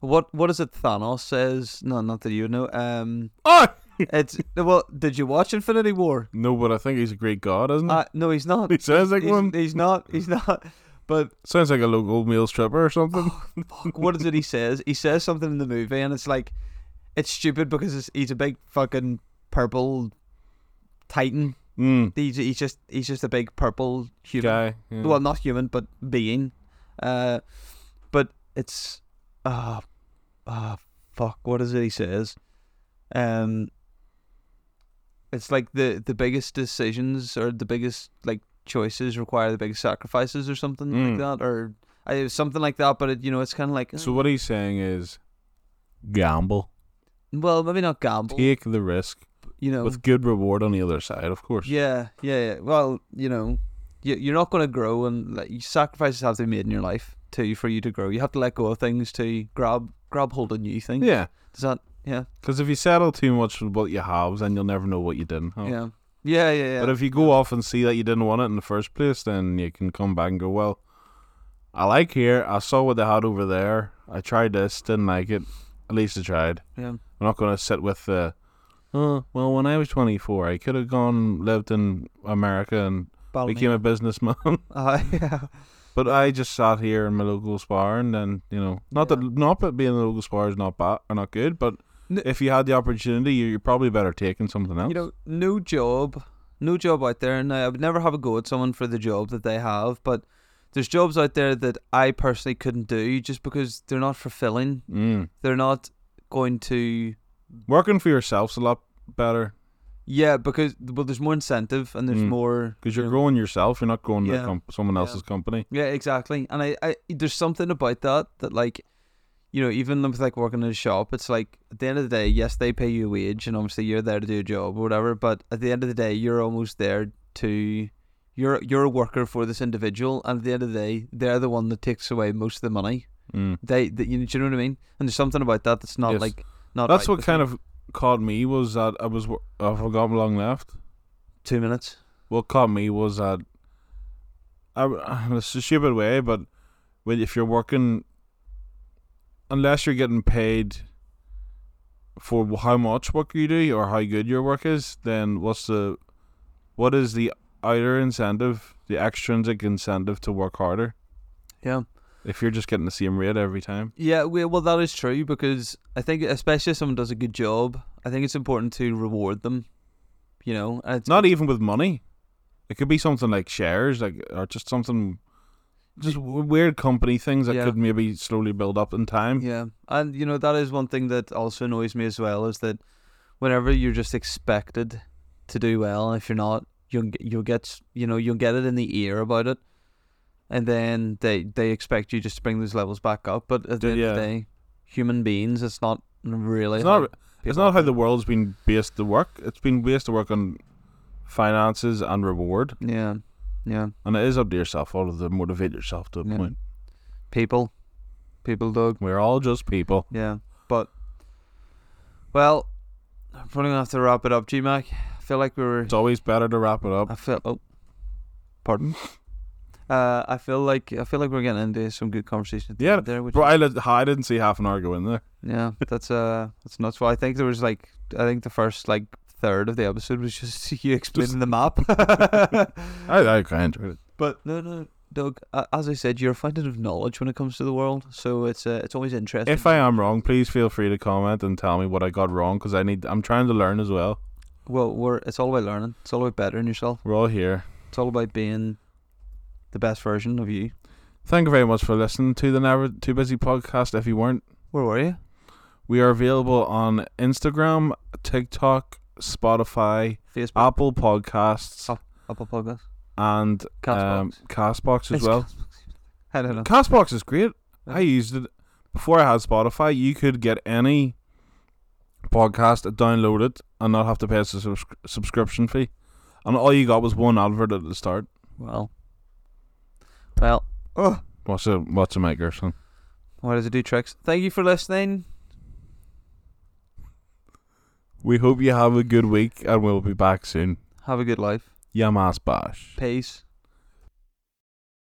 S1: what what is it Thanos says? No, not that you know. Um,
S2: Oh
S1: it's well, did you watch Infinity War?
S2: no, but I think he's a great god, isn't he?
S1: Uh, no, he's not.
S2: (laughs) He sounds Mm. like
S1: He's,
S2: um, one.
S1: he's not. He's not. But
S2: Sounds like a local meal stripper or something.
S1: (sighs) fuck, what is it he says? He says something in the movie, and it's like, it's stupid because it's, he's a big fucking purple titan.
S2: Mm,
S1: He's, he's just he's just a big purple human.
S2: guy. Hmm. yeah.
S1: well not human but being uh but it's ah ah fuck what is it he says um it's like the the biggest decisions or the biggest like choices require the biggest sacrifices or something
S2: Mm.
S1: like that or I, it was something like that but it, you know it's kind of like
S2: so what he's saying is, gamble,
S1: well maybe not gamble
S2: take the risk
S1: you know
S2: with good reward on the other side, of course.
S1: yeah yeah yeah well you know you, you're not going to grow and like, you- sacrifices have to be made in your life too for you to grow you have to let go of things to grab grab hold of new things
S2: Yeah,
S1: Does that? Yeah,
S2: because if you settle too much with what you have, then you'll never know what you didn't have.
S1: yeah, yeah, yeah, yeah.
S2: Oh. But if you go off and see that you didn't want it in the first place, then you can come back and go, well, I like here. I saw what they had over there. I tried this, didn't like it. At least I tried.
S1: yeah.
S2: I'm not going to sit with the, oh, well, when I was 24, I could have gone, lived in America and
S1: Balmy.
S2: became a businessman. (laughs)
S1: Uh, (laughs) yeah,
S2: but I just sat here in my local spar and then, you know, not
S1: Yeah.
S2: that not that being in a local spar is not bad or not good, but
S1: N-
S2: if you had the opportunity, you- you're probably better taking something else.
S1: you know, no job, no job out there, and I would never have a go at someone for the job that they have. But there's jobs out there that I personally couldn't do just because they're not fulfilling.
S2: mm.
S1: They're not going to.
S2: Working for yourself's a lot better
S1: Yeah, because well, there's more incentive and there's
S2: Mm.
S1: more.
S2: because you're growing yourself. You're not growing the
S1: Yeah.
S2: comp- someone else's company.
S1: Yeah, exactly. And I, I, there's something about that that like, you know, even with like working in a shop, it's like at the end of the day, yes, they pay you a wage, and obviously you're there to do a job or whatever. But at the end of the day, you're almost there to, you're you're a worker for this individual, and at the end of the day, they're the one that takes away most of the money.
S2: Mm.
S1: They, that you, do you know what I mean? And there's something about that that's not
S2: Yes.
S1: like not.
S2: That's
S1: right
S2: what
S1: with
S2: kind
S1: me.
S2: of caught me was that I was wor- I forgot how long left.
S1: two minutes.
S2: what caught me was that I, I- it's a stupid way, but when if you're working, unless you're getting paid for wh- how much work you do or how good your work is, then what's the what is the outer incentive, the extrinsic incentive to work harder?
S1: Yeah.
S2: If you're just getting the same rate every time,
S1: Yeah, we, well, that is true because I think, especially if someone does a good job, I think it's important to reward them. You know, and it's
S2: not even with money, it could be something like shares, like or just something, just w- weird company things that
S1: Yeah.
S2: could maybe slowly build up in time.
S1: Yeah, and you know that is one thing that also annoys me as well is that whenever you're just expected to do well, and if you're not, you'll g- you'll get s- you know you'll get it in the ear about it, and then they they expect you just to bring those levels back up. But at the
S2: Do-
S1: end of the
S2: yeah.
S1: day, human beings, it's not really.
S2: It's
S1: how
S2: not. It's
S1: people-
S2: not how the world's been based to work. It's been based to work on finances and reward,
S1: Yeah, yeah.
S2: and it is up to yourself. All of to motivate yourself to a
S1: Yeah.
S2: point.
S1: People, people, Doug.
S2: We're all just people.
S1: Yeah, but well, I'm probably gonna have to wrap it up, G Mac. I feel like we were.
S2: It's always better to wrap it
S1: I
S2: up.
S1: feel. Oh, pardon. Uh, I feel like I feel like we're getting into some good conversation. at the
S2: Yeah,
S1: end there, which
S2: Bro, I, let- I didn't see half an hour go in there.
S1: Yeah, that's uh, that's nuts. Well, I think there was like, I think the first like third of the episode was just (laughs) you explaining the map.
S2: I, I kind of enjoyed it.
S1: (laughs) but no, no, Doug. Uh, as I said, you're a fountain of knowledge when it comes to the world, so it's uh, it's always interesting.
S2: If I am wrong, please feel free to comment and tell me what I got wrong because I need. I'm trying to learn as well.
S1: well, we're it's all about learning. It's all about bettering yourself.
S2: We're all here.
S1: It's all about being the best version of you.
S2: Thank you very much for listening to the Never Too Busy podcast. If you weren't,
S1: Where were you?
S2: we are available on Instagram, TikTok, Spotify,
S1: Facebook,
S2: Apple Podcasts,
S1: Oh. Apple Podcast,
S2: and
S1: Castbox.
S2: um, Castbox as
S1: It's
S2: well.
S1: Castbox. (laughs) I don't know.
S2: Castbox is great. I used it before I had Spotify. You could get any podcast, download it, and not have to pay us a subscri- subscription fee. And all you got was one advert at the start.
S1: Well, well. Oh.
S2: What's a what's a mic or something?
S1: Why does it do tricks? Thank you for listening.
S2: We hope you have a good week, and we'll be back soon.
S1: Have a good life.
S2: Yamas bash.
S1: Peace.